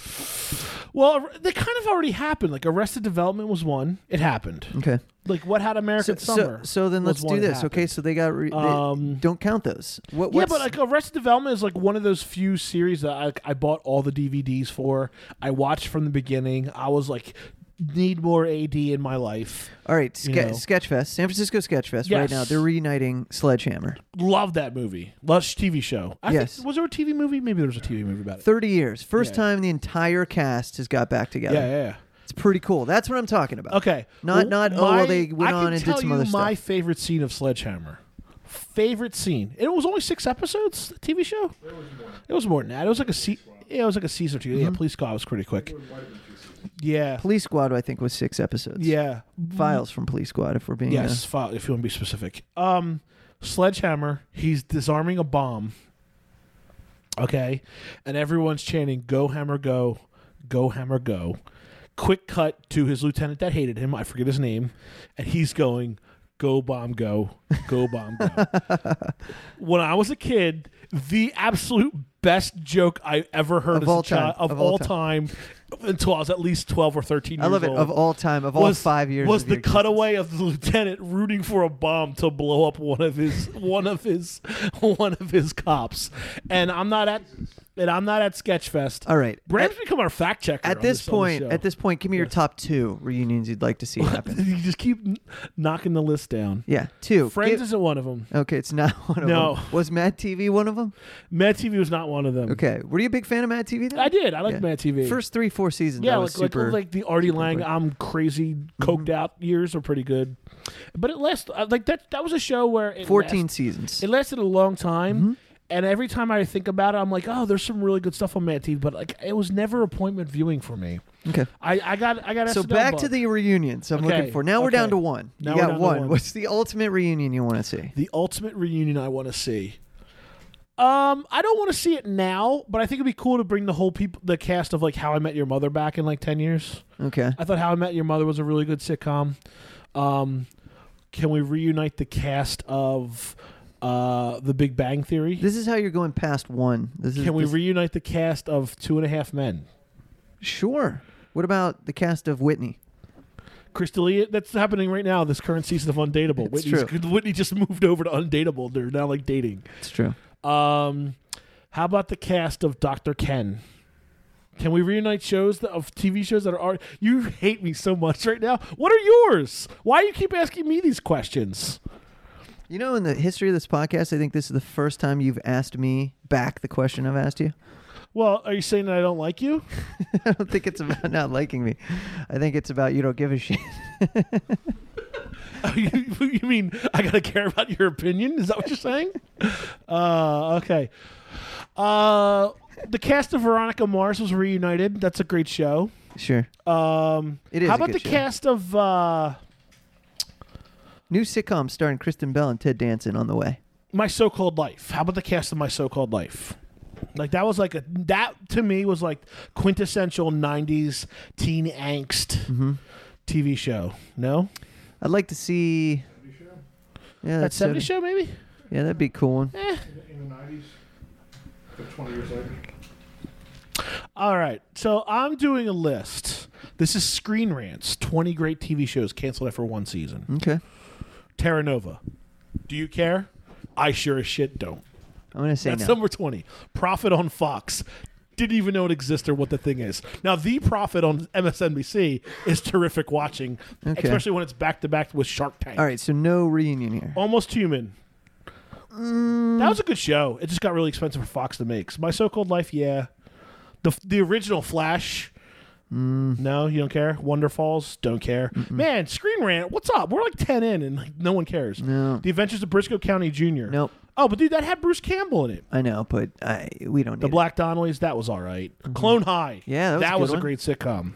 Speaker 3: Well, they kind of already happened. Like Arrested Development was one. It happened.
Speaker 2: Okay.
Speaker 3: Like what had American
Speaker 2: So, so,
Speaker 3: Summer?
Speaker 2: so then
Speaker 3: was
Speaker 2: let's
Speaker 3: one
Speaker 2: do
Speaker 3: that
Speaker 2: this.
Speaker 3: happened.
Speaker 2: Okay, so they got. Re- they-
Speaker 3: Um,
Speaker 2: don't count those. What?
Speaker 3: Yeah,
Speaker 2: What's,
Speaker 3: but like Arrested Development is like one of those few series that I, I bought all the DVDs for. I watched from the beginning. I was like, need more AD in my life.
Speaker 2: all right, ske-
Speaker 3: you know.
Speaker 2: Sketchfest, San Francisco Sketchfest. Right now,
Speaker 3: Yes.
Speaker 2: they're reuniting Sledgehammer.
Speaker 3: Love that movie. Love TV show. I
Speaker 2: Yes.
Speaker 3: Think, was there a TV movie? Maybe there was a TV movie about it.
Speaker 2: Thirty years, first
Speaker 3: Yeah.
Speaker 2: time the entire cast has got back together.
Speaker 3: yeah, yeah, yeah.
Speaker 2: It's pretty cool. That's what I'm talking about.
Speaker 3: Okay.
Speaker 2: Not- not, oh, well,
Speaker 3: my-
Speaker 2: they went
Speaker 3: I
Speaker 2: on
Speaker 3: can
Speaker 2: and did
Speaker 3: tell
Speaker 2: some
Speaker 3: you
Speaker 2: other
Speaker 3: My
Speaker 2: stuff.
Speaker 3: favorite scene of Sledgehammer. Favorite scene. It was only six episodes. The TV show. It was more than that. It was like a se- yeah, it was like a season or 2
Speaker 2: Mm-hmm.
Speaker 3: Yeah, Police Squad was pretty quick. Yeah,
Speaker 2: Police Squad, I think, was six episodes.
Speaker 3: yeah.
Speaker 2: Files from Police Squad, if we're being uh,
Speaker 3: Yes, file, if you want to be specific. Um, Sledgehammer, he's disarming a bomb. Okay. And everyone's chanting, Go Hammer, go. Go Hammer, go. Quick cut to his lieutenant that hated him. I forget his name. And he's going, Go bomb, go. Go bomb, go. when I was a kid, the absolute best joke I ever heard
Speaker 2: Of
Speaker 3: as
Speaker 2: all
Speaker 3: a child,
Speaker 2: time.
Speaker 3: of, all time. until I was at least 12 or 13
Speaker 2: I
Speaker 3: years
Speaker 2: love it.
Speaker 3: old
Speaker 2: Of all time, of all five years,
Speaker 3: was
Speaker 2: of
Speaker 3: the
Speaker 2: your-
Speaker 3: cutaway of the lieutenant rooting for a bomb to blow up one of his one of his one of his cops and i'm not at and i'm not at sketchfest
Speaker 2: All right.
Speaker 3: bram's become our fact checker
Speaker 2: At
Speaker 3: on
Speaker 2: this
Speaker 3: on
Speaker 2: point,
Speaker 3: show.
Speaker 2: at this point, give me your top two reunions you'd like to see happen.
Speaker 3: you just keep n- knocking the list down
Speaker 2: yeah, two.
Speaker 3: friends
Speaker 2: Give-
Speaker 3: isn't one of them
Speaker 2: okay, it's not one of
Speaker 3: No.
Speaker 2: them. Was Mad TV one of them?
Speaker 3: mad tv was not one of them
Speaker 2: Okay. Were you a big fan of Mad TV then?
Speaker 3: i did i liked
Speaker 2: Yeah.
Speaker 3: mad tv
Speaker 2: First three, four seasons.
Speaker 3: yeah
Speaker 2: I
Speaker 3: like,
Speaker 2: was
Speaker 3: like-
Speaker 2: super. Mm-hmm.
Speaker 3: like the artie lang
Speaker 2: great.
Speaker 3: i'm crazy coked out years are pretty good but it last uh, like that that was a show where it
Speaker 2: 14
Speaker 3: lasted-
Speaker 2: seasons.
Speaker 3: It lasted a long time.
Speaker 2: Mm-hmm.
Speaker 3: And every time I think about it, I'm like, oh, there's some really good stuff on Mad TV, but like it was never appointment viewing for me.
Speaker 2: okay.
Speaker 3: I, I got I got
Speaker 2: So
Speaker 3: SNL
Speaker 2: back
Speaker 3: bug.
Speaker 2: to the reunions I'm looking
Speaker 3: Okay,
Speaker 2: for. Now we're down
Speaker 3: okay.
Speaker 2: to one.
Speaker 3: Now
Speaker 2: you
Speaker 3: we're
Speaker 2: got
Speaker 3: down to
Speaker 2: one.
Speaker 3: one.
Speaker 2: What's the ultimate reunion you want to see?
Speaker 3: the ultimate reunion I want to see. Um, I don't want to see it now, but I think it'd be cool to bring the whole people, the cast of like How I Met Your Mother back in like ten years.
Speaker 2: Okay.
Speaker 3: I thought How I Met Your Mother was a really good sitcom. Um, can we reunite the cast of uh, The Big Bang Theory?
Speaker 2: This is how you're going past one. This is
Speaker 3: can we
Speaker 2: this-
Speaker 3: reunite the cast of Two and a Half Men?
Speaker 2: Sure. What about the cast of Whitney?
Speaker 3: Chris D'Elia, that's happening right now. This current season of Undateable.
Speaker 2: It's
Speaker 3: Whitney's, Whitney just moved over to Undateable. They're now like dating.
Speaker 2: It's true.
Speaker 3: Um, how about the cast of Doctor Ken? Can we reunite shows that, of TV shows that are already? You hate me so much right now. What are yours? Why do you keep asking me these questions?
Speaker 2: You know, in the history of this podcast, I think this is the first time you've asked me back the question I've asked you.
Speaker 3: Well, are you saying that I don't like you?
Speaker 2: I don't think it's about not liking me. I think it's about you don't give a shit.
Speaker 3: you you mean I gotta care about your opinion? Is that what you're saying? Uh, okay. Uh, the cast of Veronica Mars was reunited. That's a great show.
Speaker 2: Sure.
Speaker 3: Um,
Speaker 2: It is a
Speaker 3: How about
Speaker 2: good
Speaker 3: the
Speaker 2: show.
Speaker 3: cast of? Uh,
Speaker 2: New sitcom starring Kristen Bell and Ted Danson on the way.
Speaker 3: my so-called life. How about the cast of my so-called life? Like that was like a that to me was like quintessential '90s teen angst
Speaker 2: Mm-hmm.
Speaker 3: TV show. No,
Speaker 2: I'd like to see. Yeah,
Speaker 3: that
Speaker 2: that's
Speaker 3: '70s
Speaker 2: sort
Speaker 3: show maybe.
Speaker 2: of- Yeah, that'd be a cool. One.
Speaker 4: In the 90s, but 20 years later.
Speaker 3: All right, so I'm doing a list. This is Screen Rants: 20 great TV shows canceled after one season.
Speaker 2: Okay,
Speaker 3: Terra Nova. Do you care? I sure as shit don't.
Speaker 2: I'm gonna say
Speaker 3: That's
Speaker 2: no.
Speaker 3: number 20. Profit on Fox. didn't even know it exists or what the thing is. Now, The Prophet on MSNBC is terrific watching,
Speaker 2: Okay.
Speaker 3: especially when it's back to back with Shark Tank.
Speaker 2: All right, so no reunion here.
Speaker 3: Almost Human.
Speaker 2: Mm.
Speaker 3: That was a good show. It just got really expensive for Fox to make. So My So Called Life, yeah. The the original Flash.
Speaker 2: Mm.
Speaker 3: No, you don't care. Wonder Falls, don't care. Man, Screen Rant, what's up? We're like ten in, and like, no one cares.
Speaker 2: No.
Speaker 3: The Adventures of Briscoe County Jr.
Speaker 2: Nope.
Speaker 3: Oh, but dude, that had Bruce Campbell in it.
Speaker 2: I know, but I we don't need
Speaker 3: The Black Donnellys, that was all right. Clone High,
Speaker 2: Yeah, that was a good
Speaker 3: a
Speaker 2: one.
Speaker 3: great sitcom.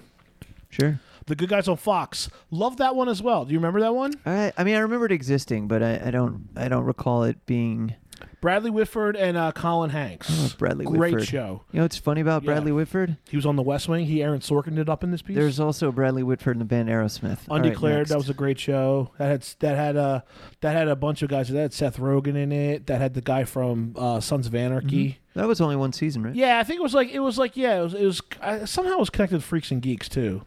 Speaker 2: it. Sure.
Speaker 3: The Good Guys on Fox, love that one as well. Do you remember that one?
Speaker 2: I, I mean, I remember it existing, but I, I don't I don't recall it being.
Speaker 3: Bradley Whitford and uh, Colin Hanks.
Speaker 2: Oh, Bradley
Speaker 3: great
Speaker 2: Whitford.
Speaker 3: show.
Speaker 2: You know what's funny about
Speaker 3: Yeah.
Speaker 2: Bradley Whitford?
Speaker 3: He was on The West Wing. He Aaron Sorkin did up in this piece.
Speaker 2: There's also Bradley Whitford in the band Aerosmith. All right,
Speaker 3: Undeclared. that
Speaker 2: next.
Speaker 3: was a great show. That had that had uh, that had a bunch of guys. That had Seth Rogen in it. That had the guy from uh, Sons of Anarchy.
Speaker 2: that was only one season, right?
Speaker 3: Yeah, I think it was like it was like yeah, it was, it was I, somehow it was connected to Freaks and Geeks too.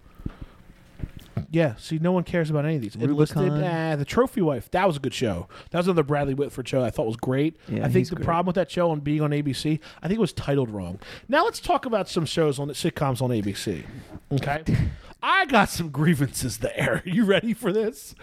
Speaker 3: Yeah, see, no one cares about any of these. Enlisted,
Speaker 2: Rubicon.
Speaker 3: eh, the Trophy Wife. That was a good show. That was another Bradley Whitford show. I thought was great.
Speaker 2: Yeah,
Speaker 3: I
Speaker 2: he's
Speaker 3: think the
Speaker 2: great.
Speaker 3: problem with that show on being on ABC, I think it was titled wrong. Now let's talk about some shows on sitcoms on ABC. Okay, I got some grievances there. You ready for this?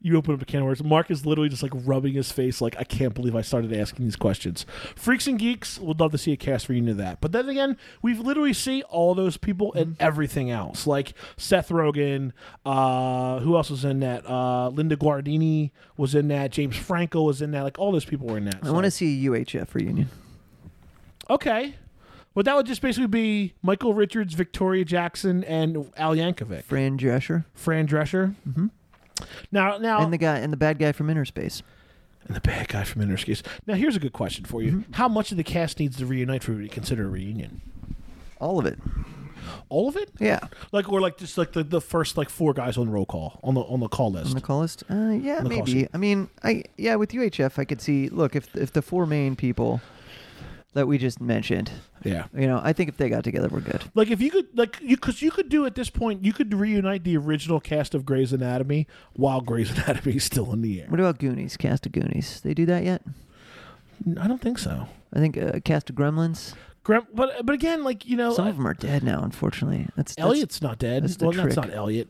Speaker 3: You open up a can of worms. Mark is literally just like rubbing his face, like, I can't believe I started asking these questions. Freaks and Geeks would love to see a cast reunion of that. But then again, we've literally see all those people and everything else. Like Seth Rogen, uh, who else was in that? Uh, Linda Guardini was in that. James Franco was in that. Like all those people were in that.
Speaker 2: I want to see a UHF reunion.
Speaker 3: Okay. Well, that would just basically be Michael Richards, Victoria Jackson, and Al Yankovic.
Speaker 2: Fran Drescher
Speaker 3: Fran Drescher. Mm-hmm. Now, now,
Speaker 2: and the guy and the bad guy from Inner Space.
Speaker 3: and the bad guy from Inner Skates. Now, here's a good question for you:
Speaker 2: Mm-hmm.
Speaker 3: How much of the cast needs to reunite for you to consider a reunion?
Speaker 2: All of it.
Speaker 3: All of it?
Speaker 2: Yeah.
Speaker 3: Like, or like just like the, the first like four guys on roll call on the on the call list.
Speaker 2: On the call list? Uh, yeah,
Speaker 3: On the call
Speaker 2: maybe.
Speaker 3: sheet.
Speaker 2: I mean, I yeah, with UHF, I could see. Look, if if the four main people that we just mentioned,
Speaker 3: yeah.
Speaker 2: you know, I think if they got together, we're good.
Speaker 3: Like if you could, like you, because you could do at this point, you could reunite the original cast of Grey's Anatomy while Grey's Anatomy is still in the air.
Speaker 2: What about Goonies? Cast of Goonies? They do that yet? Mm-hmm.
Speaker 3: I don't think so.
Speaker 2: I think uh, cast of Gremlins.
Speaker 3: Graham, but but again, like you know,
Speaker 2: Some
Speaker 3: I-
Speaker 2: of them are dead now, unfortunately. That's, that's
Speaker 3: Elliot's not dead.
Speaker 2: that's the
Speaker 3: well, that's
Speaker 2: trick.
Speaker 3: not Elliot.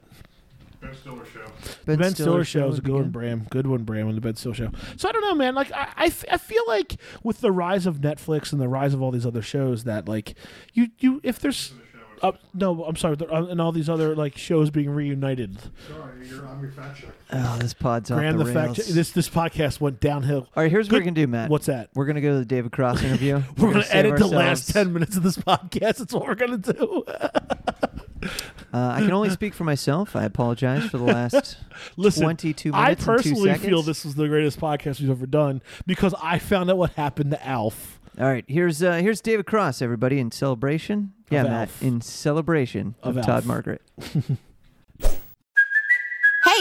Speaker 4: Ben Stiller show.
Speaker 3: The Ben Stiller, show is a good one, Bram. Good one, Bram, on the Ben Stiller show. So I don't know, man. Like I, I, f- I feel like with the rise of Netflix and the rise of all these other shows, that like you, you, if there's, uh, no, I'm sorry, there- uh, and all these other like shows being reunited.
Speaker 4: Sorry, you're on your fact check.
Speaker 2: Oh, this pod's off
Speaker 3: Graham,
Speaker 2: the,
Speaker 3: the, fact,
Speaker 2: rails.
Speaker 3: this this podcast went downhill.
Speaker 2: All right, here's what we're
Speaker 3: Good-
Speaker 2: gonna do, Matt.
Speaker 3: What's that?
Speaker 2: We're gonna go to the David Cross interview.
Speaker 3: We're gonna
Speaker 2: save
Speaker 3: edit the last
Speaker 2: ourselves-
Speaker 3: ten minutes of this podcast. That's what we're gonna do.
Speaker 2: Uh, I can only speak for myself. I apologize for the last
Speaker 3: Listen,
Speaker 2: 22 minutes.
Speaker 3: I
Speaker 2: and two
Speaker 3: personally feel
Speaker 2: seconds.
Speaker 3: this was the greatest podcast we've ever done because I found out what happened to Alf.
Speaker 2: All right, here's uh, here's David Cross, everybody, in celebration. Yeah,
Speaker 3: Of
Speaker 2: Matt,
Speaker 3: Alf.
Speaker 2: in celebration of,
Speaker 3: Of Alf.
Speaker 2: Todd Margaret.
Speaker 5: Hey,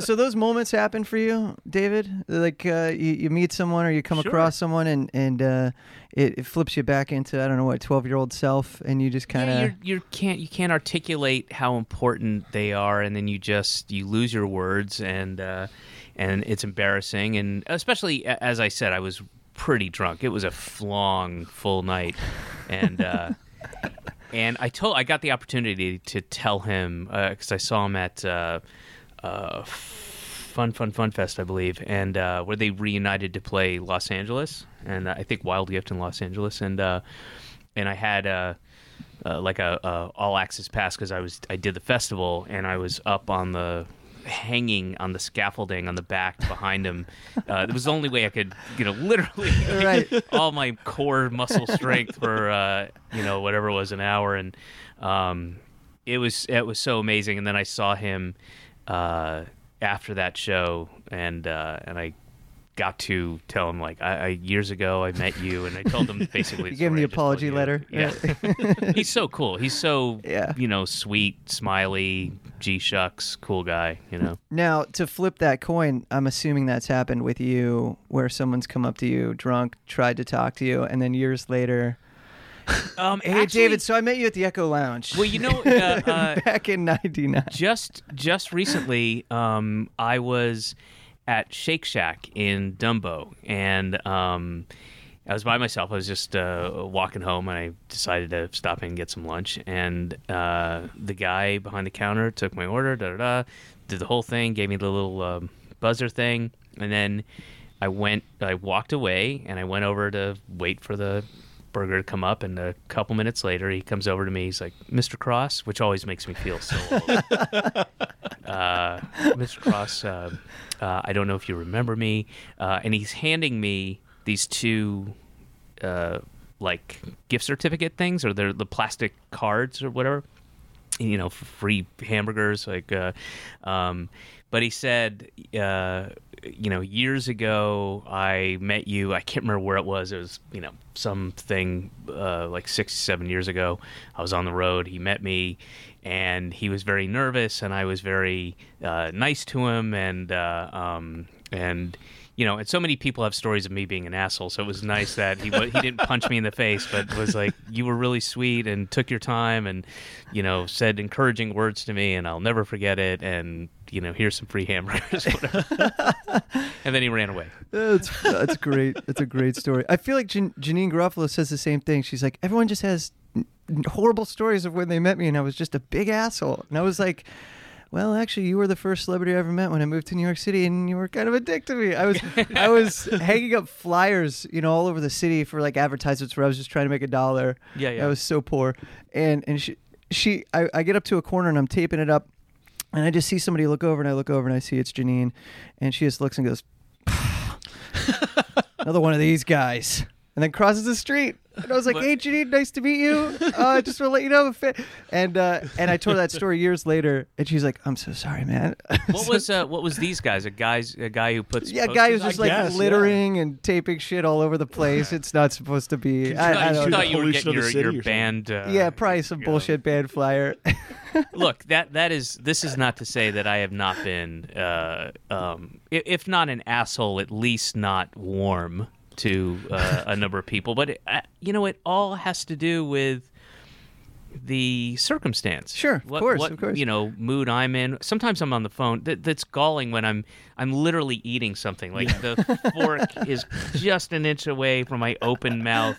Speaker 2: So those moments happen for you, David. Like uh, you, you meet someone or you come across someone, and and uh, it, it flips you back into I don't know what twelve year old self, and you just kind
Speaker 6: yeah,
Speaker 2: of
Speaker 6: you're, you can't you can't articulate how important they are, and then you just you lose your words, and uh, and it's embarrassing, and especially a- as I said, I was pretty drunk. It was a f- long full night, and. Uh, And I told I got the opportunity to tell him because I saw him at uh, uh, Fun Fun Fun Fest, I believe, and uh, where they reunited to play Los Angeles, and uh, I think Wild Gift in Los Angeles, and uh, and I had uh, uh, like a, a all access pass because I was I did the festival and I was up on the hanging on the scaffolding on the back behind him. Uh, it was the only way I could, you know, literally
Speaker 2: Right.
Speaker 6: all my core muscle strength for uh, you know whatever it was an hour, and um, it was it was so amazing. And then I saw him uh, after that show, and uh, and I got to tell him like I, I years ago I met you and I told him basically.
Speaker 2: You gave him
Speaker 6: story
Speaker 2: the
Speaker 6: I just told
Speaker 2: apology
Speaker 6: you.
Speaker 2: letter.
Speaker 6: Yeah, he's so cool. He's so
Speaker 2: Yeah.
Speaker 6: you know sweet, smiley, g shucks, cool guy. You know.
Speaker 2: Now, to flip that coin, I'm assuming that's happened with you where someone's come up to you drunk, tried to talk to you, and then years later,
Speaker 6: Um,
Speaker 2: hey, David, so I met you at the Echo Lounge
Speaker 6: Well, you know, uh, uh,
Speaker 2: back in 99.
Speaker 6: just just recently, um, I was at Shake Shack in Dumbo, and um, I was by myself. I was just uh, walking home, and I decided to stop in and get some lunch. And uh, the guy behind the counter took my order, da da da, did the whole thing, gave me the little um, buzzer thing, and then I went. I walked away, and I went over to wait for the burger to come up and a couple minutes later he comes over to me he's like mr cross which always makes me feel so old uh, Mr. Cross, uh, uh, I don't know if you remember me. Uh, and he's handing me these two, uh, like, gift certificate things, or they're the plastic cards or whatever. You know, f- free hamburgers. Like, uh, um, but he said, uh, you know, years ago I met you. I can't remember where it was. It was, you know, something uh, like six, seven years ago. I was on the road. He met me and he was very nervous and I was very uh, nice to him and uh, um, and you know and so many people have stories of me being an asshole so it was nice that he wa- he didn't punch me in the face but was like you were really sweet and took your time and you know said encouraging words to me and I'll never forget it and you know here's some free hamburgers whatever. and then he ran away
Speaker 2: That's, that's great. That's a great story. I feel like Jan- Janine Garofalo says the same thing. She's like, everyone just has n- horrible stories of when they met me, and I was just a big asshole. And I was like, well, actually, you were the first celebrity I ever met when I moved to New York City, and you were kind of a dick to me. I was, I was hanging up flyers, you know, all over the city for like advertisements where I was just trying to make a dollar.
Speaker 6: Yeah, yeah.
Speaker 2: I was so poor, and and she, she, I, I get up to a corner and I'm taping it up, and I just see somebody look over, and I look over, and I see it's Janine, and she just looks and goes, another one of these guys. And then crosses the street. And I was like, hey, Janine, nice to meet you. Uh, I just want to let you know. I'm a fan." And, uh, and I told her that story years later. And she's like, I'm so sorry, man.
Speaker 6: what was uh, what was these guys a guys a guy who puts
Speaker 2: yeah, a guy who's just
Speaker 6: posters-
Speaker 2: like
Speaker 3: guess, yeah.
Speaker 2: littering and taping shit all over the place. It's not supposed to be. I, I
Speaker 6: I,
Speaker 3: you
Speaker 2: don't
Speaker 3: should-
Speaker 2: know.
Speaker 6: thought you were
Speaker 3: Pollution
Speaker 6: getting
Speaker 3: of the
Speaker 6: your,
Speaker 3: city or
Speaker 6: your
Speaker 3: something.
Speaker 6: band uh,
Speaker 2: Yeah, probably some bullshit band flyer.
Speaker 6: look that that is this is not to say that I have not been uh, um, i- if not an asshole at least not warm to uh, a number of people but it, uh, you know it all has to do with the circumstance
Speaker 2: Sure, of
Speaker 6: What-
Speaker 2: course,
Speaker 6: what,
Speaker 2: of course.
Speaker 6: you know mood I'm in sometimes I'm on the phone that, that's galling when I'm I'm literally eating something like the fork is just an inch away from my open mouth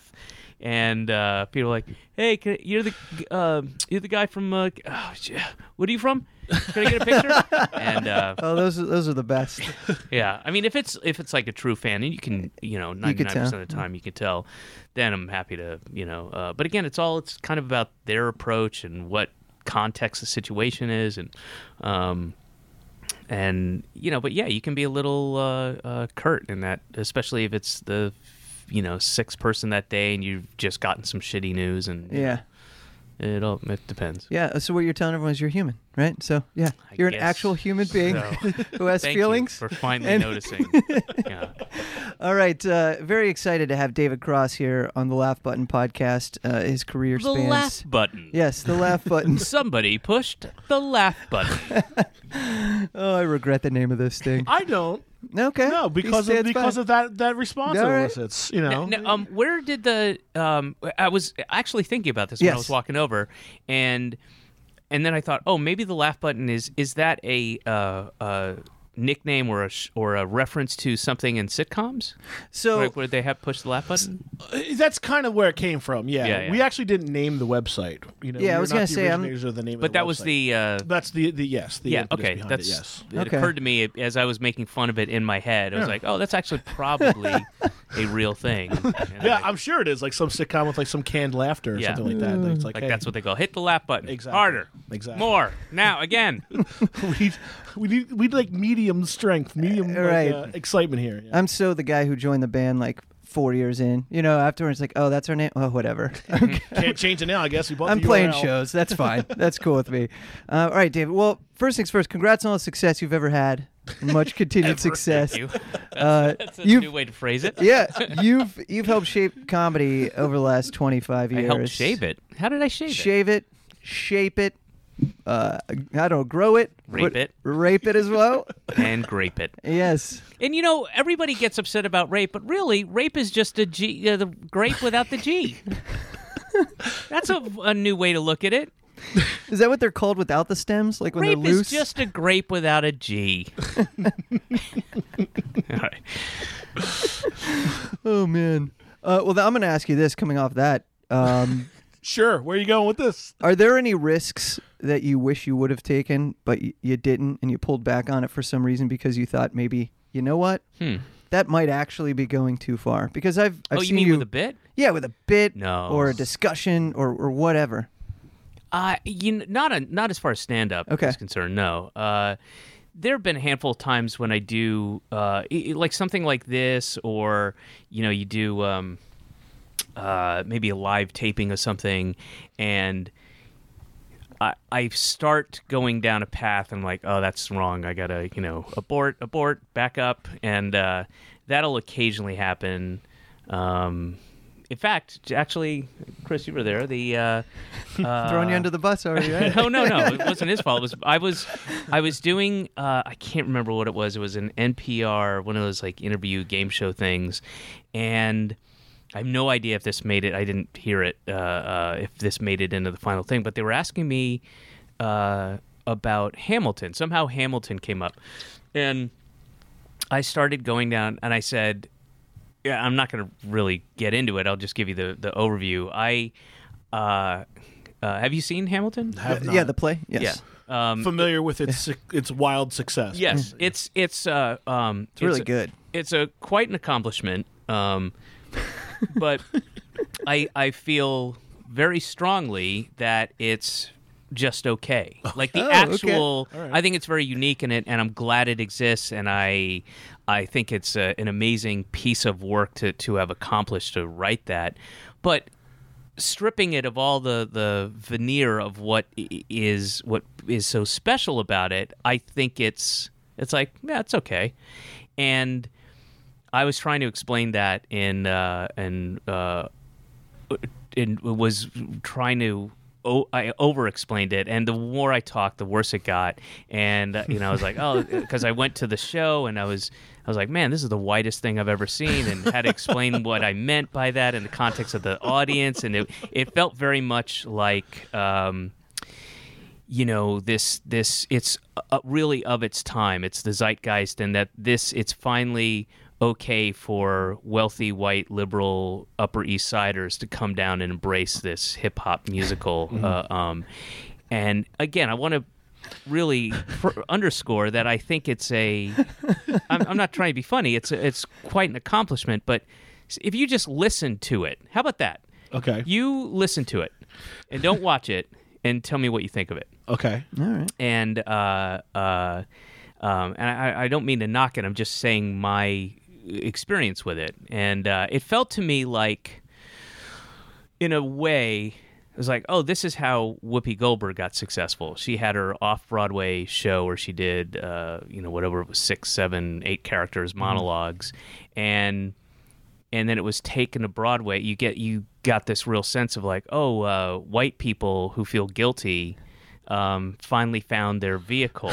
Speaker 6: and uh, people are like, "Hey, can, you're the uh, you're the guy from uh, oh, sh- what are you from? Can I get a picture?" and uh,
Speaker 2: oh, those are, those are the best.
Speaker 6: yeah, I mean, if it's if it's like a true fan, and you can you know ninety
Speaker 2: could
Speaker 6: nine
Speaker 2: tell.
Speaker 6: percent of the time you can tell, then I'm happy to you know. Uh, but again, it's all it's kind of about their approach and what context the situation is, and um, and you know, but yeah, you can be a little uh, uh, curt in that, especially if it's the you know sixth person that day and you've just gotten some shitty news, and
Speaker 2: Yeah.
Speaker 6: it all it depends.
Speaker 2: Yeah. So, what you're telling everyone is you're human, right? So, yeah,
Speaker 6: I
Speaker 2: you're an
Speaker 6: guess
Speaker 2: actual human being
Speaker 6: so.
Speaker 2: who has
Speaker 6: Thank
Speaker 2: feelings.
Speaker 6: you for finally
Speaker 2: and-
Speaker 6: noticing. yeah.
Speaker 2: All right, uh, very excited to have David Cross here on the Laugh Button podcast. Uh, his career
Speaker 6: The
Speaker 2: spans.
Speaker 6: laugh button.
Speaker 2: Yes, the laugh button.
Speaker 6: Somebody pushed the laugh button.
Speaker 2: oh, I regret the name of this thing.
Speaker 3: I don't.
Speaker 2: Okay.
Speaker 3: No,
Speaker 2: he
Speaker 3: because of
Speaker 2: stands
Speaker 3: because
Speaker 2: by.
Speaker 3: of that that response
Speaker 2: All
Speaker 3: of
Speaker 2: right.
Speaker 3: us. It's you know.
Speaker 6: Now, um, where did the um? I was actually thinking about this when I
Speaker 2: Yes.
Speaker 6: was walking over, and and then I thought, oh, maybe the laugh button is is that a uh, uh nickname or a sh- or a reference to something in sitcoms?
Speaker 3: Oh.
Speaker 2: So
Speaker 6: like where they have pushed the laugh button?
Speaker 3: uh, that's kind of where it came from. Yeah.
Speaker 6: Yeah, yeah.
Speaker 3: we actually didn't name the website. You know,
Speaker 2: Yeah, I
Speaker 3: we were
Speaker 2: was
Speaker 3: not
Speaker 2: gonna
Speaker 3: the
Speaker 2: say, I'm-
Speaker 3: originators of the name, of
Speaker 6: But
Speaker 3: the
Speaker 6: that was
Speaker 3: website.
Speaker 6: the uh,
Speaker 3: That's the the yes. The
Speaker 6: yeah.
Speaker 3: impetus
Speaker 6: Okay,
Speaker 3: behind
Speaker 6: that's
Speaker 3: it, yes.
Speaker 6: it
Speaker 2: Okay.
Speaker 6: occurred to me as I was making fun of it in my head. I was like, oh, that's actually probably a real thing. And then
Speaker 3: Yeah,
Speaker 6: I-
Speaker 3: I'm sure it is like some sitcom with like some canned laughter or
Speaker 6: Yeah.
Speaker 3: something like that. Like,
Speaker 2: Mm.
Speaker 3: it's like,
Speaker 6: like
Speaker 3: hey,
Speaker 6: that's what they call hit the laugh button
Speaker 3: Exactly.
Speaker 6: harder
Speaker 3: Exactly.
Speaker 6: more now again
Speaker 3: we need. We need we need like medium strength, medium like,
Speaker 2: Right.
Speaker 3: uh, excitement here. Yeah.
Speaker 2: I'm so the guy who joined the band like four years in. You know, afterwards, like, oh, that's her name. Oh, whatever.
Speaker 3: Can't change it now. I guess we bought.
Speaker 2: I'm
Speaker 3: the
Speaker 2: playing
Speaker 3: URL.
Speaker 2: shows. That's fine. That's cool with me. Uh, all right, David. Well, first things first. Congrats on all the success you've ever had. and Much continued success.
Speaker 6: you.
Speaker 2: Uh,
Speaker 6: That's a
Speaker 2: you've-
Speaker 6: new way to phrase it.
Speaker 2: yeah, you've you've helped shape comedy over the last 25
Speaker 6: I
Speaker 2: years.
Speaker 6: helped shape it. How did I shape it?
Speaker 2: Shave it, shape it. Uh, I don't know, grow it,
Speaker 6: Rape
Speaker 2: what-
Speaker 6: it.
Speaker 2: rape it as well.
Speaker 6: And grape it.
Speaker 2: yes,
Speaker 6: And you know, everybody gets upset about rape, but really, rape is just a G, uh, the grape without the G. That's a, a new way to look at it.
Speaker 2: is that what they're called without the stems? Like when
Speaker 6: Rape
Speaker 2: they're loose.
Speaker 6: is just a grape without a G. All right.
Speaker 2: Oh man. Uh, well, th- I'm going to ask you this. Coming off that, um,
Speaker 3: Sure. Where are you going with this?
Speaker 2: are there any risks that you wish you would have taken but y- you didn't, and you pulled back on it for some reason because you thought maybe you know what? That might actually be going too far because I've, I've
Speaker 6: Hmm. oh, you
Speaker 2: seen
Speaker 6: mean
Speaker 2: you
Speaker 6: with a bit?
Speaker 2: yeah with a bit
Speaker 6: No.
Speaker 2: or a discussion or, or whatever
Speaker 6: Uh, you kn- not a, not as far as stand up
Speaker 2: Okay.
Speaker 6: is concerned. No. Uh, there have been a handful of times when I do uh, i- i- like something like this, or you know, you do um, uh, maybe a live taping of something, and I, I start going down a path. And I'm like, oh, that's wrong. I gotta, you know, abort, abort, back up, and uh, that'll occasionally happen. Um, in fact, j- actually, Chris, you were there. The uh,
Speaker 2: throwing you under the bus already. Right?
Speaker 6: Oh, no, no, no. It wasn't his fault. It was I was I was doing uh, I can't remember what it was. It was an NPR, one of those like interview game show things, and I have no idea if this made it. I didn't hear it. Uh, uh, if this made it into the final thing, but they were asking me uh, about Hamilton. Somehow Hamilton came up, and I started going down, and I said, yeah, I'm not going to really get into it. I'll just give you the, the overview. I uh, uh, have you seen Hamilton?
Speaker 2: yeah, the play. Yes.
Speaker 6: Yeah. Um,
Speaker 3: Familiar with its suc- its wild success.
Speaker 6: yes, it's it's uh, um, it's
Speaker 2: really
Speaker 6: a-
Speaker 2: good.
Speaker 6: It's a quite an accomplishment. Um, but I I feel very strongly that it's just okay. Like the
Speaker 2: okay.
Speaker 6: actual, I think it's very unique in it, and I'm glad it exists. And I I think it's uh an amazing piece of work to to have accomplished to write that, but stripping it of all the, the veneer of what i- is what is so special about it, I think it's it's like yeah, it's okay. And I was trying to explain that in uh, in uh, in was trying to. Oh, I over-explained it, and the more I talked, the worse it got. And uh, you know, I was like, oh, because I went to the show, and I was, I was like, man, this is the whitest thing I've ever seen, and had to explain what I meant by that in the context of the audience, and it, it felt very much like. Um, you know this this it's uh, really of its time it's the zeitgeist and that this it's finally okay for wealthy white liberal upper east siders to come down and embrace this hip hop musical uh, um and again i want to really fr- underscore that i think it's a I'm, I'm not trying to be funny it's a, it's quite an accomplishment but if you just listen to it how about that
Speaker 3: Okay.
Speaker 6: you listen to it and don't watch it and tell me what you think of it
Speaker 3: okay.
Speaker 6: and uh, uh, um, and I, I don't mean to knock it. I'm just saying my experience with it, and uh, it felt to me like, in a way, it was like, oh, this is how Whoopi Goldberg got successful. She had her off Broadway show where she did, uh, you know, whatever it was, six, seven, eight characters, monologues, and and then it was taken to Broadway, you get you got this real sense of like, oh, uh, white people who feel guilty um, finally found their vehicle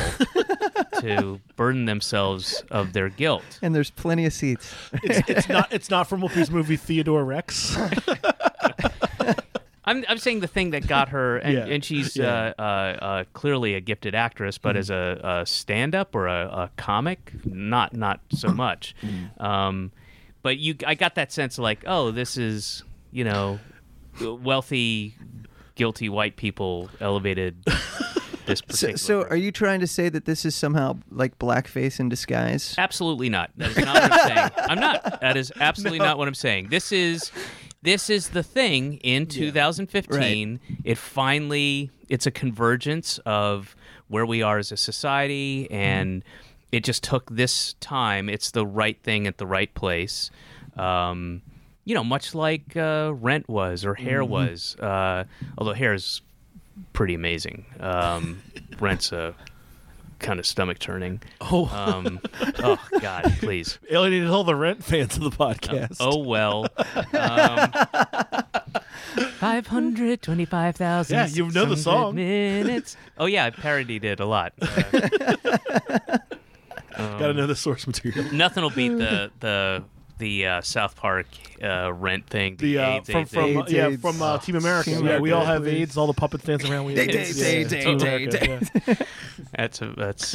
Speaker 6: to burden themselves of their guilt.
Speaker 2: And there's plenty of seats.
Speaker 3: It's, it's not it's not from Whoopi's movie Theodore Rex.
Speaker 6: I'm, I'm saying the thing that got her, and,
Speaker 3: Yeah.
Speaker 6: and she's
Speaker 3: Yeah.
Speaker 6: uh, uh, uh, clearly a gifted actress, but as a, a stand-up or a, a comic, not not so much. Um, but you, I got that sense of like, oh, this is you know, wealthy, guilty white people elevated. This
Speaker 2: So,
Speaker 6: particular
Speaker 2: so
Speaker 6: person.
Speaker 2: are you trying to say that this is somehow like blackface in disguise?
Speaker 6: Absolutely not. That is not what I'm saying. I'm not. That is absolutely not what I'm saying. This is this is the thing in 2015. It finally it's a convergence of where we are as a society and it just took this time. It's the right thing at the right place. Um, you know, much like uh, Rent was or Hair was, uh, although Hair is pretty amazing. Um, Rent's a kind of stomach turning.
Speaker 7: Oh.
Speaker 6: um, oh God, please.
Speaker 7: Alienated all the Rent fans of the podcast.
Speaker 6: Oh well. Um, Five hundred twenty-five thousand.
Speaker 7: Yeah, you know the song.
Speaker 6: Minutes. Oh yeah, I parodied it a lot. Uh, um,
Speaker 7: gotta know the source material.
Speaker 6: nothing will beat the the the uh, South Park uh, rent thing.
Speaker 3: The uh,
Speaker 6: AIDS,
Speaker 3: from
Speaker 6: AIDS,
Speaker 3: from
Speaker 6: AIDS. Oh,
Speaker 3: uh, yeah
Speaker 2: AIDS.
Speaker 3: from uh, Team America.
Speaker 2: Team
Speaker 3: yeah, we
Speaker 2: America,
Speaker 3: all have
Speaker 2: please.
Speaker 3: AIDS. All the puppets dancing around. We have
Speaker 2: AIDS,
Speaker 3: AIDS. Yeah,
Speaker 2: AIDS,
Speaker 3: yeah,
Speaker 2: AIDS,
Speaker 3: Team America, yeah.
Speaker 6: that's a, that's.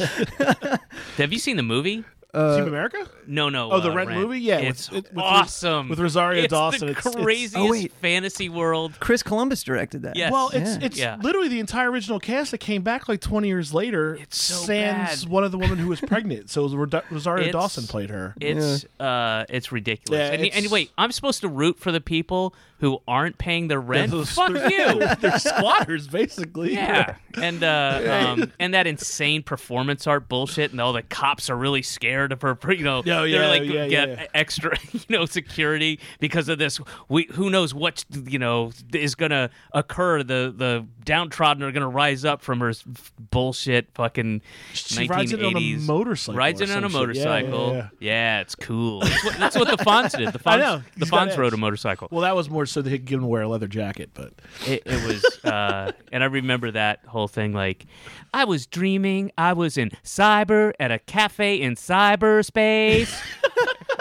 Speaker 6: Have you seen the movie? Uh,
Speaker 3: Team America.
Speaker 6: No, no.
Speaker 3: Oh, the
Speaker 6: uh,
Speaker 3: Rent movie? Yeah, with-
Speaker 6: it's
Speaker 3: it- with-
Speaker 6: awesome
Speaker 3: with Rosario
Speaker 6: It's
Speaker 3: Dawson.
Speaker 6: The
Speaker 3: It's- it's-
Speaker 6: craziest
Speaker 2: Oh, wait.
Speaker 6: fantasy world.
Speaker 2: Chris Columbus directed that.
Speaker 6: Yes.
Speaker 3: Well, it's
Speaker 2: Yeah.
Speaker 3: it's
Speaker 6: Yeah.
Speaker 3: literally the entire original cast that came back like 20 years later. It's
Speaker 6: so
Speaker 3: sans
Speaker 6: bad.
Speaker 3: one of the women who was pregnant. So it was Roda- Rosario
Speaker 6: It's-
Speaker 3: Dawson played her.
Speaker 6: It's uh, it's ridiculous.
Speaker 3: Yeah,
Speaker 6: and,
Speaker 3: it's-
Speaker 6: and wait, I'm supposed to root for the people who aren't paying their rent.
Speaker 3: those-
Speaker 6: Fuck you.
Speaker 3: They're squatters, basically.
Speaker 6: Yeah, and uh, um, and that insane performance art bullshit, and all the cops are really scared of her. You know,
Speaker 3: No, Oh, yeah,
Speaker 6: they're like
Speaker 3: yeah,
Speaker 6: get
Speaker 3: yeah.
Speaker 6: extra, you know, security because of this. We who knows what you know is gonna occur. The the downtrodden are gonna rise up from her s- bullshit. Fucking
Speaker 3: She
Speaker 6: 1980s.
Speaker 3: rides it on a motorcycle
Speaker 6: Rides
Speaker 3: or
Speaker 6: it on
Speaker 3: some
Speaker 6: a
Speaker 3: shit. Yeah, yeah,
Speaker 6: motorcycle.
Speaker 3: yeah.
Speaker 6: Yeah, it's cool. That's what, that's what the Fonz did. The Fonz,
Speaker 3: I know.
Speaker 6: The
Speaker 3: He's got
Speaker 6: Fonz
Speaker 3: abs.
Speaker 6: rode a motorcycle.
Speaker 3: Well, that was more so they could get him to wear a leather jacket, but
Speaker 6: It, it was, uh, and I remember that whole thing. Like, I was dreaming. I was in cyber at a cafe in cyberspace.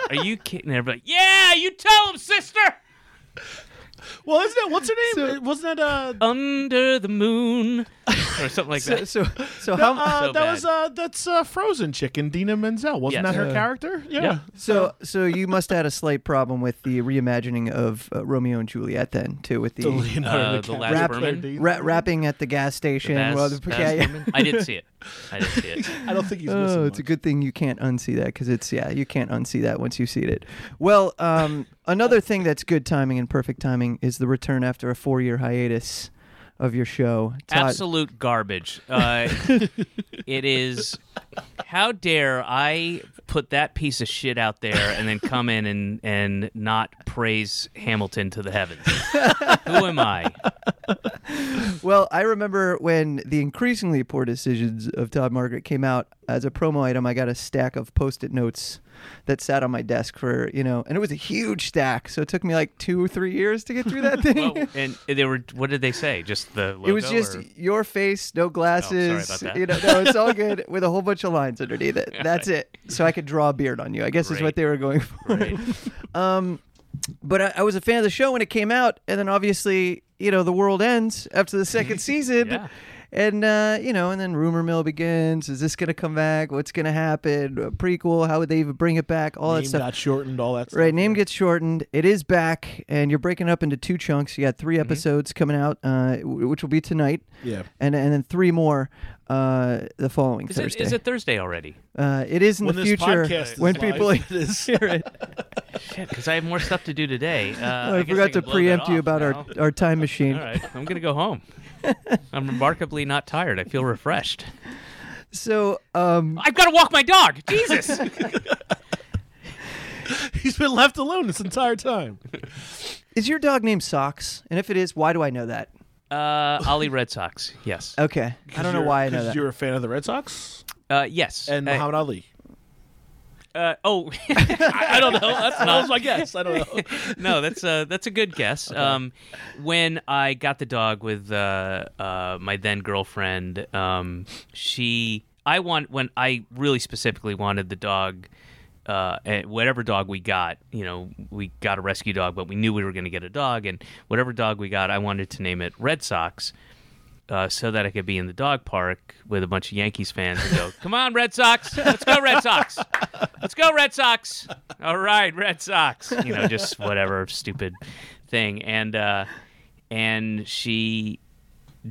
Speaker 6: Are you kidding? Everybody, like, yeah, you tell him, sister.
Speaker 3: well, isn't that what's her name? It Wasn't that uh,
Speaker 6: Under the moon, or something like
Speaker 2: So
Speaker 6: that.
Speaker 2: so, so how
Speaker 3: uh
Speaker 6: so
Speaker 3: that
Speaker 6: bad.
Speaker 3: was uh that's uh, Frozen chicken Dina Menzel. Wasn't
Speaker 6: Yes.
Speaker 3: that her
Speaker 6: Yeah.
Speaker 3: character? Yeah.
Speaker 6: Yeah.
Speaker 2: so so you must have had a slight problem with the reimagining of uh, Romeo and Juliet then too with the
Speaker 3: The Leonardo
Speaker 6: Uh, the
Speaker 3: DiCaprio.
Speaker 6: last
Speaker 2: Rap-
Speaker 6: Berman?
Speaker 2: ra- rapping at the gas station.
Speaker 6: That's-
Speaker 2: while the-
Speaker 6: that's
Speaker 2: yeah, yeah.
Speaker 6: woman. I did see it. I did see it.
Speaker 3: I don't think he's missing.
Speaker 2: Oh, it's a
Speaker 3: much.
Speaker 2: good thing you can't unsee that because it's yeah, you can't unsee that once you've seen it. Well, um, another thing that's good timing and perfect timing is the return after a four-year hiatus of your show. Todd-
Speaker 6: absolute garbage. Uh, it is. How dare I put that piece of shit out there and then come in and and not praise Hamilton to the heavens? Who am I?
Speaker 2: Well, I remember when the increasingly poor decisions of Todd Margaret came out as a promo item. I got a stack of post-it notes that sat on my desk for you know, and it was a huge stack. So it took me like two or three years to get through that thing.
Speaker 6: Well, and they were. What did they say? Just the. Logo
Speaker 2: It was just
Speaker 6: or- Oh,
Speaker 2: your face, no glasses.
Speaker 6: about that.
Speaker 2: You know, no, it's all good with a whole bunch of lines underneath it. That's it. So I could draw a beard on you. I guess is
Speaker 6: Right.
Speaker 2: what they were going for.
Speaker 6: Right.
Speaker 2: But I, I was a fan of the show when it came out, and then obviously, you know, the world ends after the second season.
Speaker 6: Yeah.
Speaker 2: And uh, you know, and then rumor mill begins. Is this gonna come back? What's gonna happen? A prequel? How would they even bring it back? All that
Speaker 3: Name
Speaker 2: stuff.
Speaker 3: got shortened. All that. Stuff.
Speaker 2: Right, name gets shortened. It is back, and you're breaking up into two chunks. You got three
Speaker 6: Mm-hmm.
Speaker 2: episodes coming out, uh, w- which will be tonight.
Speaker 3: Yeah.
Speaker 2: and and then three more uh, the following
Speaker 6: Is it,
Speaker 2: Thursday.
Speaker 6: is it Thursday already?
Speaker 2: uh, it is in
Speaker 3: When
Speaker 2: the
Speaker 3: this
Speaker 2: future
Speaker 3: podcast is
Speaker 2: when
Speaker 3: live,
Speaker 2: people
Speaker 3: it is.
Speaker 2: hear it.
Speaker 6: Because I have more stuff to do today. Uh,
Speaker 2: Oh, I,
Speaker 6: guess
Speaker 2: forgot to
Speaker 6: can blow that
Speaker 2: preempt you
Speaker 6: off
Speaker 2: about
Speaker 6: now.
Speaker 2: our our time machine.
Speaker 6: All right, I'm gonna go home. I'm remarkably not tired. I feel refreshed.
Speaker 2: So, um,
Speaker 6: I've got to walk my dog. Jesus.
Speaker 3: He's been left alone this entire time.
Speaker 2: is your dog named Socks? And if it is, why do I know that?
Speaker 6: Uh, Ollie Red Sox. Yes.
Speaker 2: Okay, I don't know
Speaker 3: You're-
Speaker 2: why I know
Speaker 3: 'cause
Speaker 2: that.
Speaker 3: You're a fan of the Red Sox
Speaker 6: Uh, yes.
Speaker 3: and
Speaker 6: Uh,
Speaker 3: Muhammad Ali.
Speaker 6: uh, oh,
Speaker 3: I don't know. That's, that was my guess. I don't know.
Speaker 6: no, that's a that's a good guess. Um, when I got the dog with uh, uh, my then girlfriend, um, she I want when I really specifically wanted the dog. Uh, and whatever dog we got, you know, we got a rescue dog, but we knew we were going to get a dog, and whatever dog we got, I wanted to name it Red Sox, uh, so that I could be in the dog park with a bunch of Yankees fans and go, "Come on, Red Sox! Let's go, Red Sox! Let's go, Red Sox! All right, Red Sox!" You know, just whatever stupid thing. And uh, and she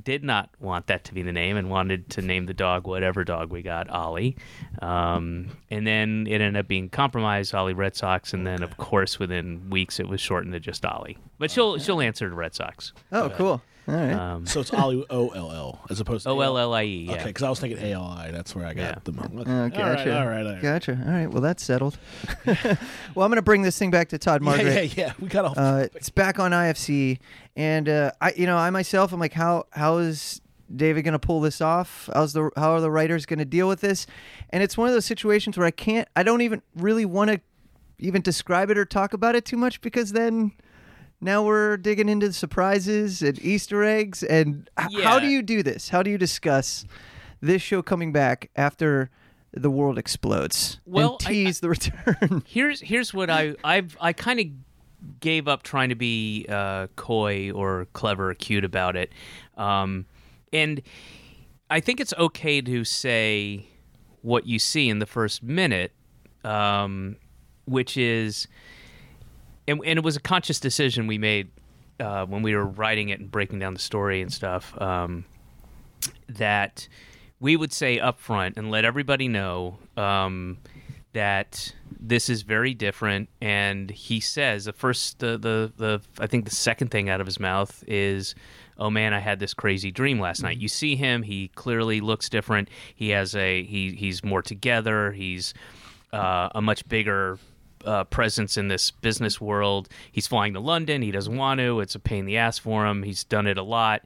Speaker 6: did not want that to be the name and wanted to name the dog whatever dog we got, Ollie. Um, and then it ended up being compromised, Ollie Red Sox, and then of course within weeks it was shortened to just Ollie. But she'll she'll answer to Red Sox.
Speaker 2: oh, cool. All right.
Speaker 6: Um,
Speaker 7: So it's Ollie O L L as opposed to
Speaker 6: O L L I E. Yeah.
Speaker 7: Okay, because I was thinking A L I. That's where I got
Speaker 6: Yeah.
Speaker 7: the mo- okay.
Speaker 2: Oh, gotcha.
Speaker 7: All right, all right, all right.
Speaker 2: Gotcha. All right. Well, that's settled. well, I'm going to bring this thing back to Todd Margaret.
Speaker 7: Yeah, yeah, yeah. We got off.
Speaker 2: Uh, it's back on IFC, and uh, I, you know, I myself, I'm like, how how is David going to pull this off? How's the how are the writers going to deal with this? And it's one of those situations where I can't, I don't even really want to even describe it or talk about it too much because then. Now we're digging into surprises and Easter eggs, and h- how
Speaker 6: Yeah.
Speaker 2: do you do this? How do you discuss this show coming back after the world explodes
Speaker 6: Well,
Speaker 2: and
Speaker 6: I- I-
Speaker 2: tease the return?
Speaker 6: Here's here's what I I've I kind of gave up trying to be uh, coy or clever or cute about it, um, and I think it's okay to say what you see in the first minute, um, which is, and, and it was a conscious decision we made uh, when we were writing it and breaking down the story and stuff. Um, that we would say up front and let everybody know um, that this is very different. And he says the first, the, the the I think the second thing out of his mouth is, "Oh man, I had this crazy dream last night." You see him; he clearly looks different. He has a he he's more together. He's uh, a much bigger uh, presence in this business world. He's flying to London. He doesn't want to. It's a pain in the ass for him. He's done it a lot.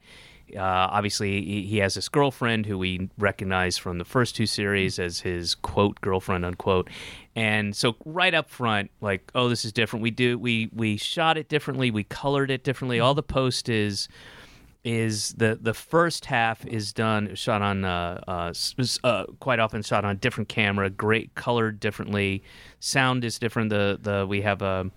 Speaker 6: Uh, obviously, he, he has this girlfriend who we recognize from the first two series as his quote girlfriend unquote. And so, right up front, like, oh, this is different. We do we we shot it differently. We colored it differently. All the post is is the the first half is done shot on uh, uh, s- s- uh quite often shot on different camera great colored differently sound is different the the we have um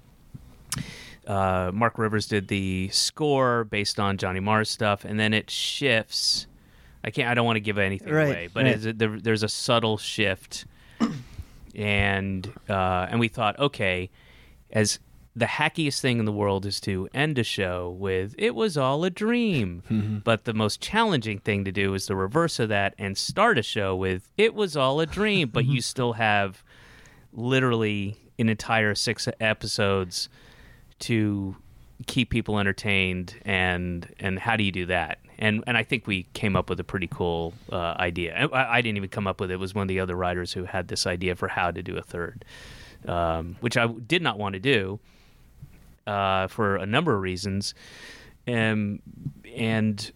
Speaker 6: uh, Mark Rivers did the score based on Johnny Marr's stuff, and then it shifts. I can't. I don't want to give anything
Speaker 2: Right,
Speaker 6: away, but
Speaker 2: right.
Speaker 6: it's a- there, there's a subtle shift, and uh, and we thought, okay, as the hackiest thing in the world is to end a show with "It was all a dream," but the most challenging thing to do is the reverse of that and start a show with "It was all a dream," but you still have literally an entire six episodes to keep people entertained and and how do you do that and and I think we came up with a pretty cool uh, idea I- I, I didn't even come up with it. it was one of the other writers who had this idea for how to do a third um, which I did not want to do uh, for a number of reasons um, and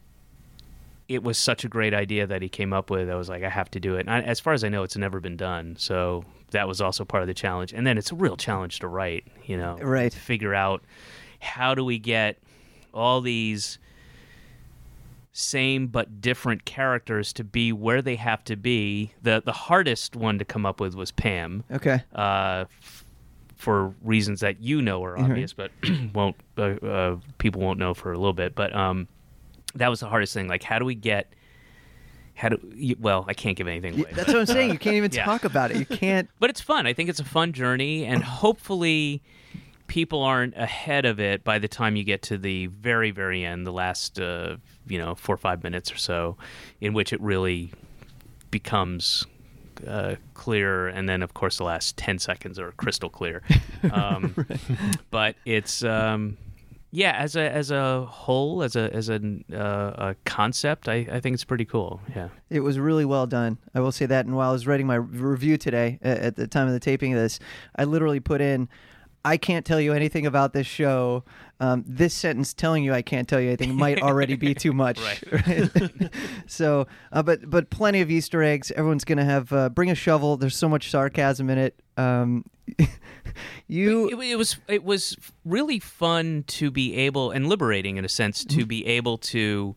Speaker 6: it was such a great idea that he came up with I was like I have to do it and I, as far as I know it's never been done so that was also part of the challenge and then it's a real challenge to write you know
Speaker 2: Right.
Speaker 6: to figure out how do we get all these same but different characters to be where they have to be. The the hardest one to come up with was Pam,
Speaker 2: Okay.
Speaker 6: uh, f- for reasons that you know are
Speaker 2: Mm-hmm.
Speaker 6: obvious, but won't uh, uh, people won't know for a little bit. But um, that was the hardest thing. Like, how do we get? How do? y- Well, I can't give anything away.
Speaker 2: That's what I'm saying. You can't even
Speaker 6: Yeah.
Speaker 2: talk about it. You can't.
Speaker 6: but it's fun. I think it's a fun journey, and hopefully, people aren't ahead of it by the time you get to the very, very end, the last, uh, you know, four or five minutes or so, in which it really becomes uh, clear, and then of course the last ten seconds are crystal clear. Um, But it's. Um, yeah, as a as a whole, as a as a, uh, a concept, I, I think it's pretty cool. Yeah.
Speaker 2: It was really well done. I will say that. And while I was writing my review today, a- at the time of the taping of this, I literally put in, I can't tell you anything about this show. Um, this sentence telling you I can't tell you anything might already be too much. Right. so, uh, but but plenty of Easter eggs. Everyone's gonna have uh, bring a shovel. There's so much sarcasm in it. Um, you
Speaker 6: it, it was it was really fun to be able and liberating in a sense to be able to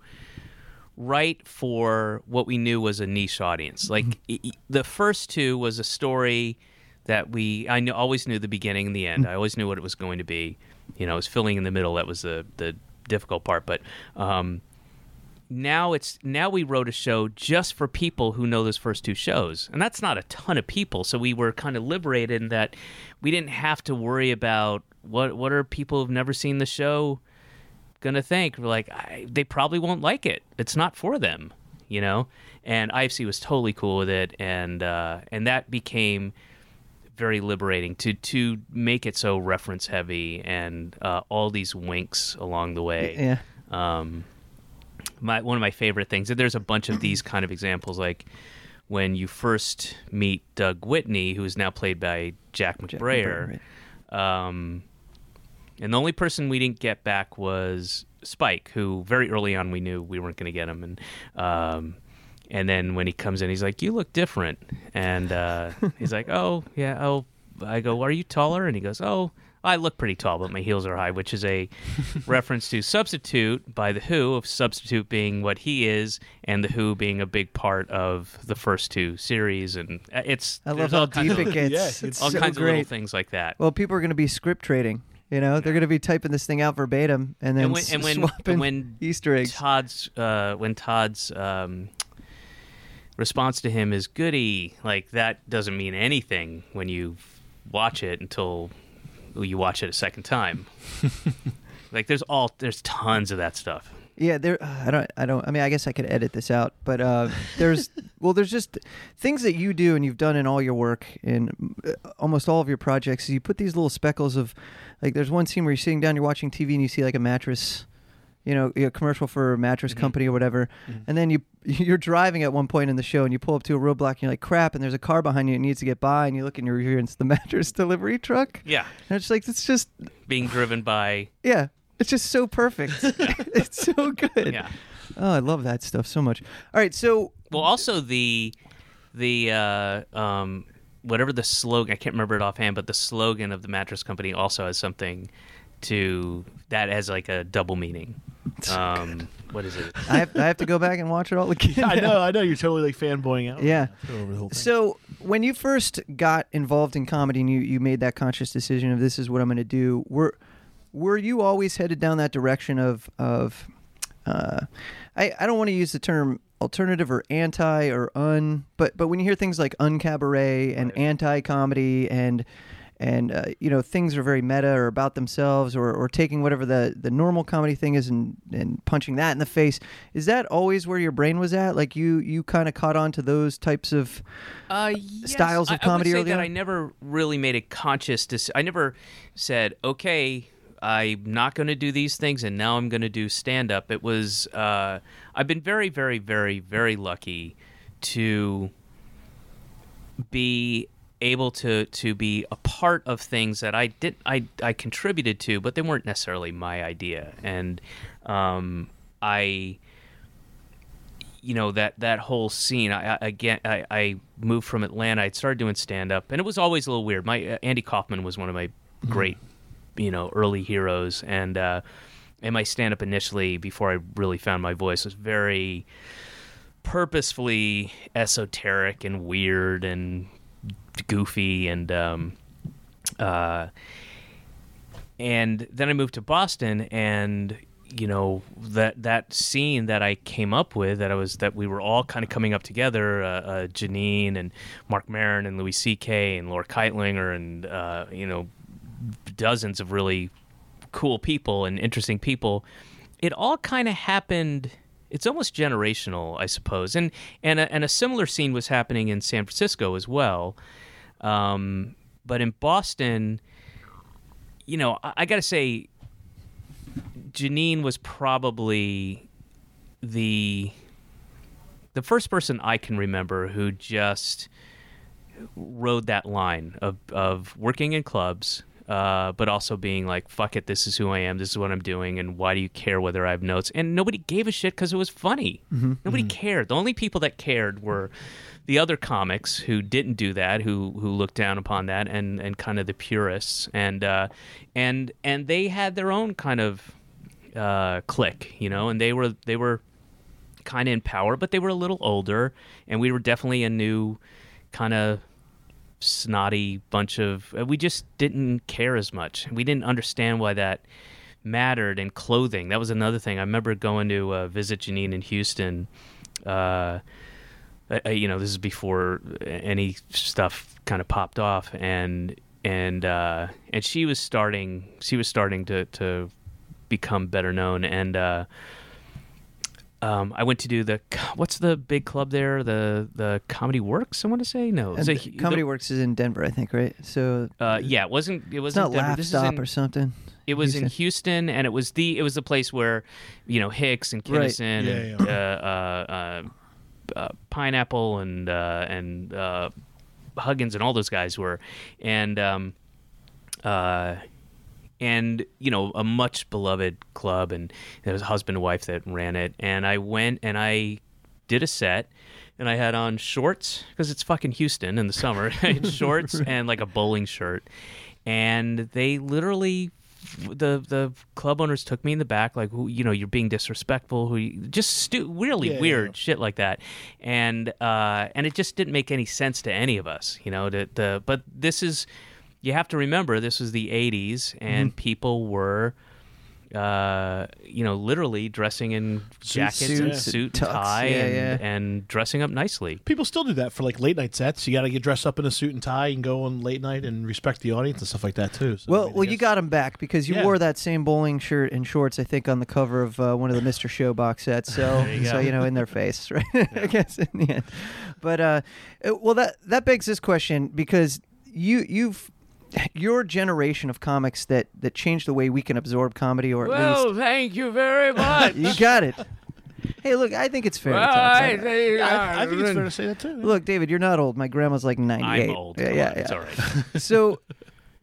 Speaker 6: write for what we knew was a niche audience. Like i- i- the first two was a story that we I knew, always knew the beginning and the end. I always knew what it was going to be. You know, it was filling in the middle that was the the difficult part, but um now it's now we wrote a show just for people who know those first two shows and that's not a ton of people so we were kind of liberated in that we didn't have to worry about what what are people who've never seen the show gonna think we're like I, they probably won't like it it's not for them you know and ifc was totally cool with it and uh, and that became very liberating to to make it so reference heavy and uh, all these winks along the way
Speaker 2: yeah.
Speaker 6: um, my one of my favorite things. And there's a bunch of these kind of examples, like when you first meet Doug Whitney, who is now played by Jack McBrayer.
Speaker 2: McBrayer,
Speaker 6: um, and the only person we didn't get back was Spike, who very early on we knew we weren't going to get him, and um, and then when he comes in, he's like, "You look different," and uh, he's like, "Oh yeah, oh." I go, "Are you taller?" And he goes, "Oh, I look pretty tall, but my heels are high," which is a reference to Substitute by the Who, of Substitute being what he is, and the Who being a big part of the first two series, and uh, it's
Speaker 2: I love
Speaker 6: there's
Speaker 2: how
Speaker 6: all kinds
Speaker 2: deep
Speaker 6: of-
Speaker 2: it gets.
Speaker 7: yeah,
Speaker 2: it's
Speaker 7: it's
Speaker 6: all
Speaker 2: so
Speaker 6: kinds of
Speaker 2: great.
Speaker 6: little things like that.
Speaker 2: Well, people are going to be script trading. You know, they're going to be typing this thing out verbatim and then
Speaker 6: and when,
Speaker 2: s-
Speaker 6: and when,
Speaker 2: swapping
Speaker 6: and when
Speaker 2: Easter eggs.
Speaker 6: Todd's uh, when Todd's um, response to him is "goody," like that doesn't mean anything when you watch it until you watch it a second time. like there's all there's tons of that stuff.
Speaker 2: Yeah, there. uh, I don't. I don't. I mean, I guess I could edit this out, but uh, there's well, there's just things that you do and you've done in all your work in uh, almost all of your projects. is You put these little speckles of, like, there's one scene where you're sitting down, you're watching TV, and you see like a mattress, you know, a commercial for a mattress company or whatever, and then you you're driving at one point in the show and you pull up to a roadblock and you're like, crap, and there's a car behind you and it needs to get by, and you look in your rear and it's the mattress delivery truck.
Speaker 6: Yeah,
Speaker 2: And it's like it's just
Speaker 6: being driven by
Speaker 2: yeah. It's just so perfect. it's so good.
Speaker 6: yeah.
Speaker 2: Oh, I love that stuff so much. All right, so
Speaker 6: Well, also the the uh, um, whatever the slogan I can't remember it offhand, but the slogan of the mattress company also has something to that has like a double meaning. Um, what is it?
Speaker 2: I have, I have to go back and watch it all again.
Speaker 3: I know, I know. You're totally like fanboying out.
Speaker 2: Yeah.
Speaker 3: Over the whole thing.
Speaker 2: So when you first got involved in comedy and you, you made that conscious decision of this is what I'm going to do, were were you always headed down that direction of of uh, I I don't want to use the term alternative or anti or un, but but when you hear things like uncabaret and anti comedy and and uh, you know things are very meta or about themselves or, or taking whatever the, the normal comedy thing is and, and punching that in the face is that always where your brain was at like you you kind of caught on to those types of
Speaker 6: uh, yes,
Speaker 2: styles of
Speaker 6: I,
Speaker 2: comedy
Speaker 6: I would
Speaker 2: early
Speaker 6: say that
Speaker 2: on?
Speaker 6: I never really made a conscious decision. I never said, okay, I'm not going to do these things, and now I'm going to do stand up. It was uh, I've been very, very, very, very lucky to be able to to be a part of things that I did I I contributed to, but they weren't necessarily my idea, and um, I you know that that whole scene. I, I again, I, I moved from Atlanta. I started doing stand up, and it was always a little weird. My uh, Andy Kaufman was one of my great, you know, early heroes, and uh, and my stand up initially before I really found my voice was very purposefully esoteric and weird and goofy and um, uh, and then I moved to Boston and you know that that scene that I came up with that I was that we were all kind of coming up together uh, uh, Janine and Mark Maron and Louis C.K. and Laura Keitlinger and uh, you know dozens of really cool people and interesting people it all kind of happened it's almost generational I suppose and and a, and a similar scene was happening in San Francisco as well um, but in Boston you know, I, I got to say, Janine was probably the the first person I can remember who just rode that line of of working in clubs. Uh, but also being like, fuck it, this is who I am, this is what I'm doing, and why do you care whether I have notes? And nobody gave a shit because it was funny. Nobody cared. The only people that cared were the other comics who didn't do that, who who looked down upon that, and and kind of the purists, and uh, and and they had their own kind of uh, clique, you know, and they were they were kind of in power, but they were a little older, and we were definitely a new kind of snotty bunch of. uh, We just didn't care as much. We didn't understand why that mattered. And clothing that was another thing. I remember going to uh, visit Janine in Houston. Uh, I- I- you know, this is before uh, any stuff kind of popped off, and and uh, and she was starting. She was starting to to become better known, and uh, um, I went to do the co- what's the big club there? The the Comedy Works. I want to say no. Is
Speaker 2: and
Speaker 6: it
Speaker 2: the
Speaker 6: hu-
Speaker 2: Comedy
Speaker 6: the-
Speaker 2: Works is in Denver, I think, right? So
Speaker 6: Uh, yeah, it wasn't it
Speaker 2: it's
Speaker 6: wasn't
Speaker 2: not
Speaker 6: Denver.
Speaker 2: Laugh
Speaker 6: This is
Speaker 2: Stop
Speaker 6: in-
Speaker 2: or something.
Speaker 6: It was in Houston, and it was the it was the place where, you know, Hicks and
Speaker 2: Right.
Speaker 6: Kinnison and Uh, uh, uh, uh, Pineapple and uh, and uh, Huggins and all those guys were, and um, uh, and you know a much beloved club, and there was a husband and wife that ran it, and I went and I did a set. And I had on shorts because it's fucking Houston in the summer. I had shorts and like a bowling shirt, and they literally the the club owners took me in the back like who you know you're being disrespectful who you, just stu- really
Speaker 3: Yeah,
Speaker 6: weird
Speaker 3: yeah.
Speaker 6: shit like that and uh and it just didn't make any sense to any of us you know to, the but this is you have to remember this was the 80s
Speaker 2: Mm-hmm.
Speaker 6: and people were uh you know literally dressing in jackets and
Speaker 2: suits,
Speaker 6: suit
Speaker 2: tux,
Speaker 6: and tie
Speaker 2: yeah,
Speaker 6: and,
Speaker 2: yeah.
Speaker 6: and dressing up nicely
Speaker 3: People still do that for like late night sets. You got to get dressed up in a suit and tie and go on late night and respect the audience and stuff like that too. So, I
Speaker 2: Well,
Speaker 3: mean, I
Speaker 2: well, you
Speaker 3: guess-
Speaker 2: got him back because you
Speaker 3: Yeah.
Speaker 2: wore that same bowling shirt and shorts, I think, on the cover of uh, one of the Mister Show box sets. So,
Speaker 6: There you
Speaker 2: so
Speaker 6: go.
Speaker 2: you know, in their face, right? I guess in the end. But uh, it- well, that that begs this question because you you've your generation of comics that that changed the way we can absorb comedy, or at least
Speaker 6: thank you very much
Speaker 2: you got it. Hey, look, I think it's fair. to talk about it.
Speaker 3: I, I think it's fair to say that too.
Speaker 2: Mm-hmm. Look, David, you're not old. My grandma's like 98.
Speaker 6: i'm old
Speaker 2: Yeah,
Speaker 6: Come
Speaker 2: yeah,
Speaker 6: on,
Speaker 2: yeah.
Speaker 6: it's all right
Speaker 2: so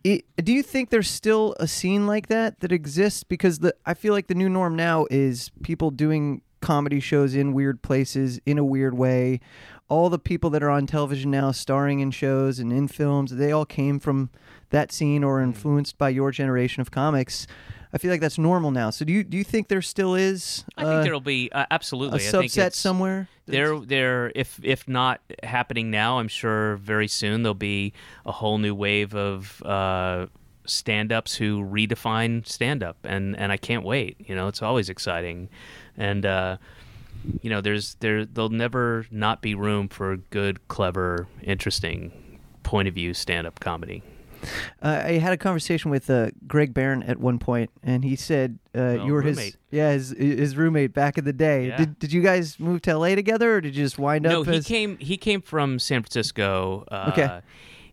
Speaker 2: it, do you think there's still a scene like that that exists because the i feel like the new norm now is people doing comedy shows in weird places in a weird way all the people that are on television now starring in shows and in films they all came from that scene or
Speaker 6: Hmm.
Speaker 2: influenced by your generation of comics i feel like that's normal now so do you do you think there still is
Speaker 6: i
Speaker 2: uh,
Speaker 6: think there'll be uh,
Speaker 2: a
Speaker 6: absolutely I think
Speaker 2: subset
Speaker 6: it's-
Speaker 2: somewhere
Speaker 6: There, there. If if not happening now, I'm sure very soon there'll be a whole new wave of uh, stand-ups who redefine stand-up, and and I can't wait. You know, it's always exciting, and uh, you know, there's there there'll never not be room for good, clever, interesting point of view stand-up comedy.
Speaker 2: Uh, I had a conversation with uh, Greg Barron at one point, and he said uh, you were his
Speaker 6: roommate.
Speaker 2: yeah his his roommate back in the day.
Speaker 6: Yeah.
Speaker 2: Did, did you guys move to L.A. together, or did you just wind
Speaker 6: no,
Speaker 2: up?
Speaker 6: he
Speaker 2: as-
Speaker 6: came. He came from San Francisco. Uh,
Speaker 2: Okay.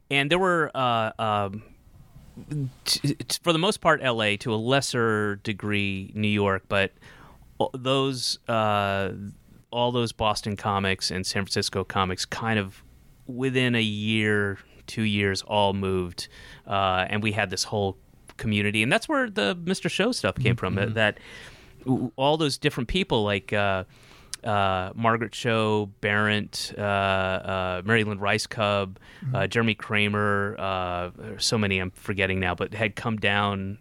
Speaker 6: And there were, uh, um, t- t- for the most part, L.A. to a lesser degree, New York, but all those uh, all those Boston comics and San Francisco comics kind of within a year, two years, all moved, uh, and we had this whole community, and that's where the Mister Show stuff came from. that- That all those different people, like. Uh, uh, Margaret Cho, Barrett, uh, uh, Maryland Rice Cub, uh, Jeremy Kramer, uh, there are so many I'm forgetting now, but had come down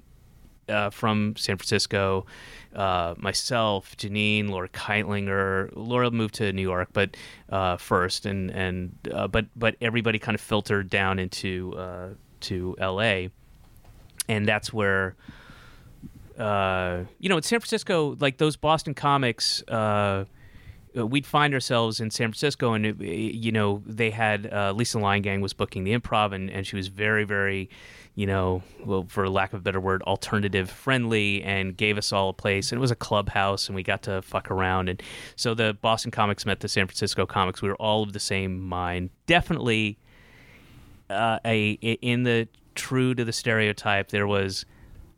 Speaker 6: uh, from San Francisco. Uh, myself, Janine, Laura Keitlinger. Laura moved to New York, but uh, first, and and uh, but but everybody kind of filtered down into uh, to L.A. And that's where uh, you know, in San Francisco, like those Boston comics, uh, uh, we'd find ourselves in San Francisco, and it, it- you know, they had uh, Lisa Gang was booking the Improv, and, and she was very, very, you know, well, for lack of a better word, alternative friendly, and gave us all a place. And it was a clubhouse, and we got to fuck around. And so the Boston comics met the San Francisco comics. We were all of the same mind, definitely uh, a i- in the true to the stereotype, there was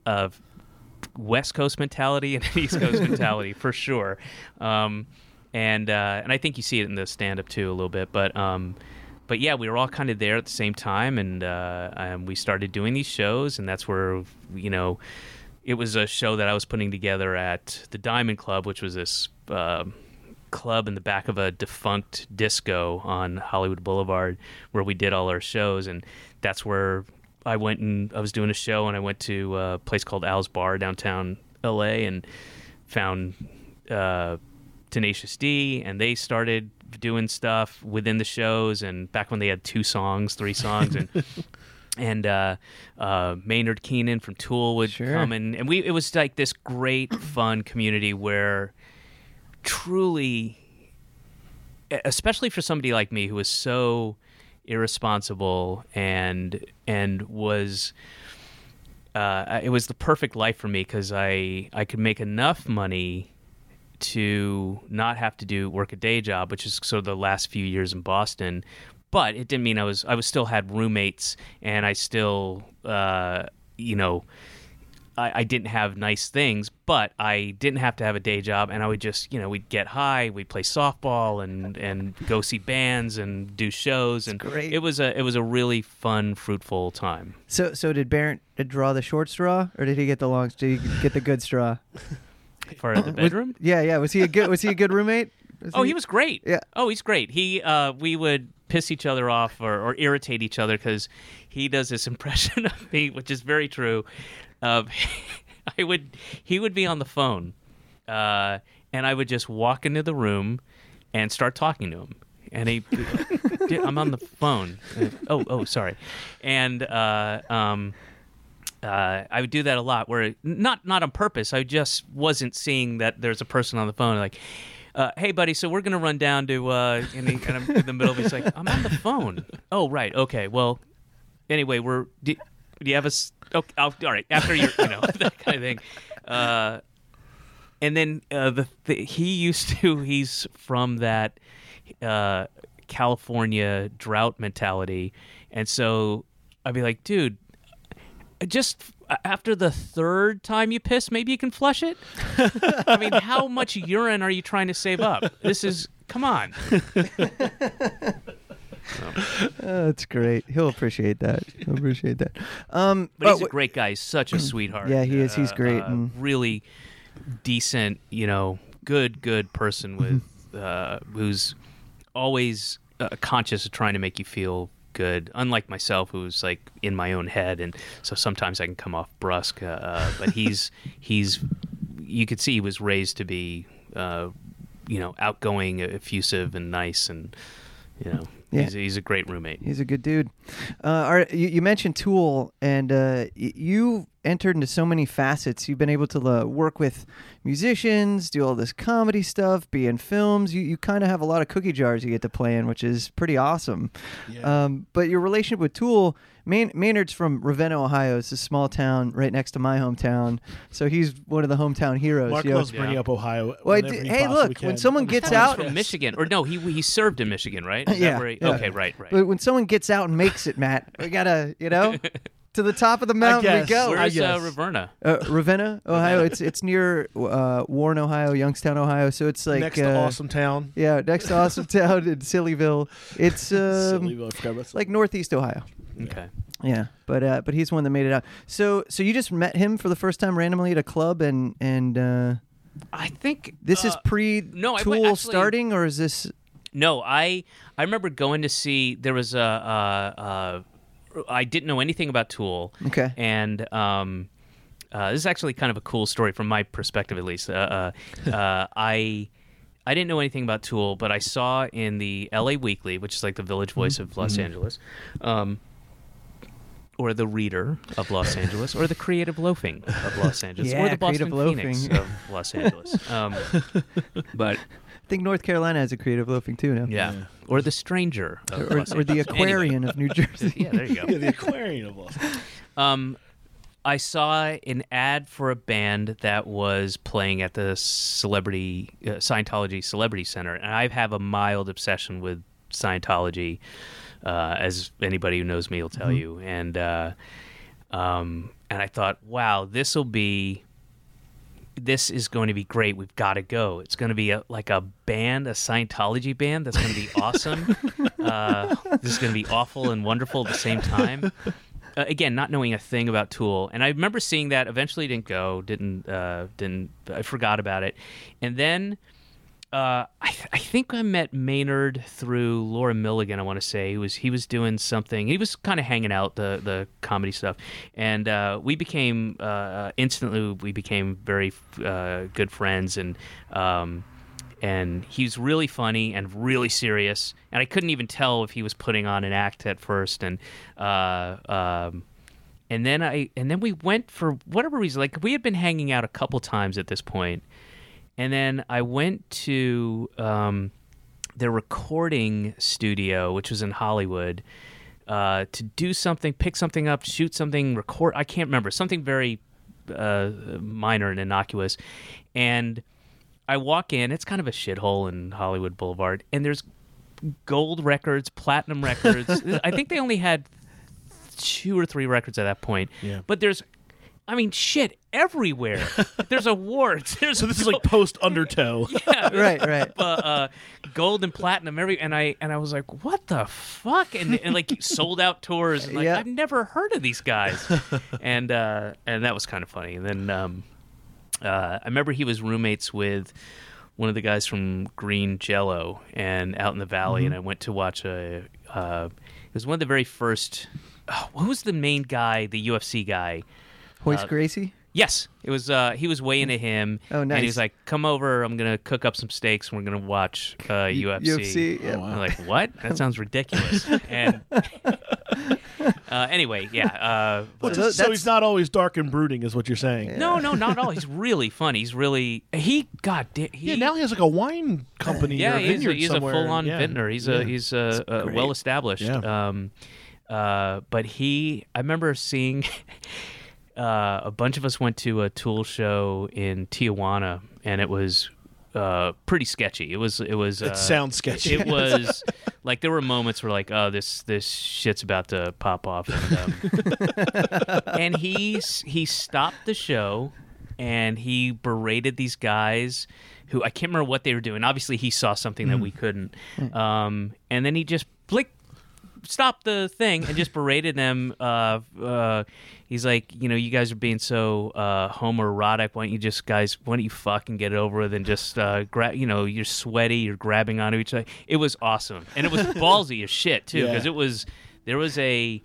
Speaker 6: a West Coast mentality and an East Coast mentality for sure, um, and uh, and I think you see it in the stand up too a little bit, but. Um, but yeah, we were all kind of there at the same time, and uh, um, we started doing these shows, and that's where you know it was a show that I was putting together at the Diamond Club, which was this um club in the back of a defunct disco on Hollywood Boulevard where we did all our shows. And that's where I went and I was doing a show and I went to uh, a place called Al's Bar downtown LA and found uh, Tenacious D and they started doing stuff within the shows. And back when they had two songs, three songs, and and uh, uh, Maynard Keenan from Tool would come and and we it was like this great fun community where truly e, especially for somebody like me who was so irresponsible and and was uh, it was the perfect life for me because I I could make enough money to not have to do work a day job, which is sort of the last few years in Boston. But it didn't mean I was I was still had roommates and I still uh, you know I, I didn't have nice things, but I didn't have to have a day job, and I would just, you know, we'd get high, we'd play softball, and and go see bands and do shows, and
Speaker 2: great.
Speaker 6: it was a it was a really fun, fruitful time.
Speaker 2: So, so did Barrett draw the short straw, or did he get the long? Did he get the good straw?
Speaker 6: For the bedroom,
Speaker 2: Yeah, yeah. Was he a good? Was he a good roommate?
Speaker 6: Oh, he was great.
Speaker 2: Yeah.
Speaker 6: Oh, he's great. He uh, we would piss each other off or, or irritate each other because he does this impression of me, which is very true. Of I would he would be on the phone, uh, and I would just walk into the room and start talking to him. And he, "Dude, I'm on the phone. Oh, oh, sorry. And uh, um, uh, I would do that a lot, where not not on purpose. I just wasn't seeing that there's a person on the phone. Like, uh, hey, buddy, so we're gonna run down to, uh, and, he, and I'm in the middle of. it. He's like, I'm on the phone. Oh, right, okay. Well, anyway, we're. Do, do you have a? s- Okay, I'll, all right. After you, you know that kind of thing. Uh, and then uh, the, the he used to he's from that uh, California drought mentality, and so I'd be like, dude, just f- after the third time you piss, maybe you can flush it. I mean, how much urine are you trying to save up? This is come on.
Speaker 2: Oh, that's great. He'll appreciate that. He'll appreciate that. Um,
Speaker 6: But
Speaker 2: oh,
Speaker 6: he's a great guy. He's such a sweetheart.
Speaker 2: Yeah, he is. He's great
Speaker 6: Uh,
Speaker 2: and-
Speaker 6: really decent. You know, good, good person
Speaker 2: Mm-hmm.
Speaker 6: with uh, who's always uh, conscious of trying to make you feel good. Unlike myself, who's like in my own head, and so sometimes I can come off brusque. Uh, uh, but he's he's you could see he was raised to be. Uh, you know, outgoing, effusive, and nice, and you know,
Speaker 2: Yeah.
Speaker 6: he's, he's a great roommate.
Speaker 2: He's a good dude. Uh, all right, you, you mentioned Tool, and uh, y- you entered into so many facets. You've been able to uh, work with musicians, do all this comedy stuff, be in films. You, you kind of have a lot of cookie jars you get to play in, which is pretty awesome. Um, but your relationship with Tool, Mayn- Maynard's from Ravenna, Ohio. It's a small town right next to my hometown. So he's one of the hometown heroes.
Speaker 7: Mark
Speaker 2: you know.
Speaker 7: loves bringing up Ohio.
Speaker 2: Well, I
Speaker 7: whenever
Speaker 2: did-
Speaker 7: he
Speaker 2: hey,
Speaker 7: possibly
Speaker 2: look, when
Speaker 7: can.
Speaker 2: someone gets
Speaker 6: He's
Speaker 2: out,
Speaker 6: from Michigan, or no, he he served in Michigan, right? Is that
Speaker 2: Yeah,
Speaker 6: where he-
Speaker 2: yeah.
Speaker 6: Okay. Right. Right.
Speaker 2: But when someone gets out and makes it, Matt, we gotta, you know, to the top of the mountain we
Speaker 7: guess.
Speaker 2: go.
Speaker 6: Where's uh,
Speaker 7: guess.
Speaker 6: Raverna?
Speaker 2: Uh, Ravenna, Ohio. it's it's near uh, Warren, Ohio, Youngstown, Ohio. So it's like
Speaker 7: next
Speaker 2: uh,
Speaker 7: to Awesome Town.
Speaker 2: Yeah, next to Awesome Town in Sillyville. It's um,
Speaker 7: Silly, but I forgot about
Speaker 2: like northeast Ohio.
Speaker 6: Okay.
Speaker 2: Yeah, but uh, but he's one that made it out. So so you just met him for the first time randomly at a club, and and uh,
Speaker 6: I think
Speaker 2: this is
Speaker 6: uh,
Speaker 2: pre
Speaker 6: no, I- wait,
Speaker 2: Tool
Speaker 6: actually-
Speaker 2: starting, or is this?
Speaker 6: No, I I remember going to see there was a uh, uh, I didn't know anything about Tool.
Speaker 2: Okay.
Speaker 6: And um, uh, this is actually kind of a cool story from my perspective, at least. Uh, uh, uh, I I didn't know anything about Tool, but I saw in the L.A. Weekly, which is like the Village Voice of
Speaker 2: Mm-hmm.
Speaker 6: Los Angeles. Um, or the reader of Los Angeles, or the creative loafing of Los Angeles, or
Speaker 2: Yeah,
Speaker 6: the Boston
Speaker 2: creative
Speaker 6: Phoenix
Speaker 2: loafing.
Speaker 6: of Los Angeles. Um, but
Speaker 2: I think North Carolina has a creative loafing too now.
Speaker 6: yeah. Oh, Or the stranger. Of
Speaker 2: Or,
Speaker 6: Los
Speaker 2: or the
Speaker 6: Angeles. Anyway.
Speaker 2: Aquarian of New Jersey.
Speaker 6: Yeah, there you
Speaker 7: Yeah,
Speaker 6: go.
Speaker 7: the Aquarium of Los Angeles.
Speaker 6: Um, I saw an ad for a band that was playing at the celebrity uh, Scientology Celebrity Center, and I have a mild obsession with Scientology, uh, as anybody who knows me will tell you. And uh, um, and I thought, wow, this will be this is going to be great. We've got to go. It's going to be a, like a band, a Scientology band. That's going to be awesome. uh, this is going to be awful and wonderful at the same time. Uh, again, not knowing a thing about Tool, and I remember seeing that. Eventually, didn't go. Didn't uh, didn't. I forgot about it, and then. Uh, I, I think I met Maynard through Laura Milligan. I want to say he was he was doing something. He was kind of hanging out the the comedy stuff, and uh, we became uh, instantly we became very uh, good friends. And um, and he's really funny and really serious. And I couldn't even tell if he was putting on an act at first. And uh, um, and then I and then we went for whatever reason. Like we had been hanging out a couple times at this point, and then I went to um, their recording studio, which was in Hollywood, uh, to do something, pick something up, shoot something, record. I can't remember something very uh, minor and innocuous, and I walk in. It's kind of a shithole in Hollywood Boulevard, and there's gold records, platinum records. I think they only had two or three records at that point.
Speaker 7: Yeah.
Speaker 6: But there's I mean, shit everywhere. There's awards. There's
Speaker 3: So this is like post undertow.
Speaker 6: yeah,
Speaker 2: Right, right.
Speaker 6: uh, uh, gold and platinum every and I and I was like, what the fuck? And, and like sold out tours. And like
Speaker 2: Yeah.
Speaker 6: I've never heard of these guys. and uh, and that was kind of funny. And then um, uh, I remember he was roommates with one of the guys from Green Jello and out in the valley. And I went to watch a. Uh, it was one of the very first. Oh, who was the main guy? The UFC guy.
Speaker 2: Hoist Gracie.
Speaker 6: Yes, it was. Uh, he was way into him.
Speaker 2: Oh,
Speaker 6: And
Speaker 2: nice.
Speaker 6: he was like, "Come over. I'm gonna cook up some steaks. and We're gonna watch uh, UFC."
Speaker 2: UFC, yeah.
Speaker 6: And I'm like, "What? That sounds ridiculous." and uh, anyway, yeah. Uh, but-
Speaker 2: So
Speaker 3: so
Speaker 2: that's-
Speaker 3: he's not always dark and brooding, is what you're saying. Yeah.
Speaker 6: no, no, not at all. He's really funny. He's really he. God damn. He,
Speaker 3: now he has like a wine company or
Speaker 6: yeah,
Speaker 3: a
Speaker 6: he's,
Speaker 3: vineyard
Speaker 6: a, he's a
Speaker 3: somewhere.
Speaker 6: full-on
Speaker 3: Yeah.
Speaker 6: vintner. He's
Speaker 3: Yeah.
Speaker 6: a he's a, a well established.
Speaker 3: Yeah.
Speaker 6: Um, uh, but he, I remember seeing uh, a bunch of us went to a Tool show in Tijuana, and it was uh, pretty sketchy. It was it was. Uh,
Speaker 3: It sounds sketchy.
Speaker 6: It was like there were moments where like, oh, this this shit's about to pop off, and, um, and he s- he stopped the show and he berated these guys who I can't remember what they were doing. Obviously, he saw something
Speaker 3: Mm.
Speaker 6: that we couldn't, um, and then he just blick stopped the thing and just berated them. Uh, uh, he's like, you know, you guys are being so uh, homoerotic. Why don't you just guys? Why don't you fucking get it over with and just uh, grab? You know, you're sweaty. You're grabbing onto each other. It was awesome, and it was ballsy as shit too,
Speaker 3: Yeah.
Speaker 6: because it was there was a.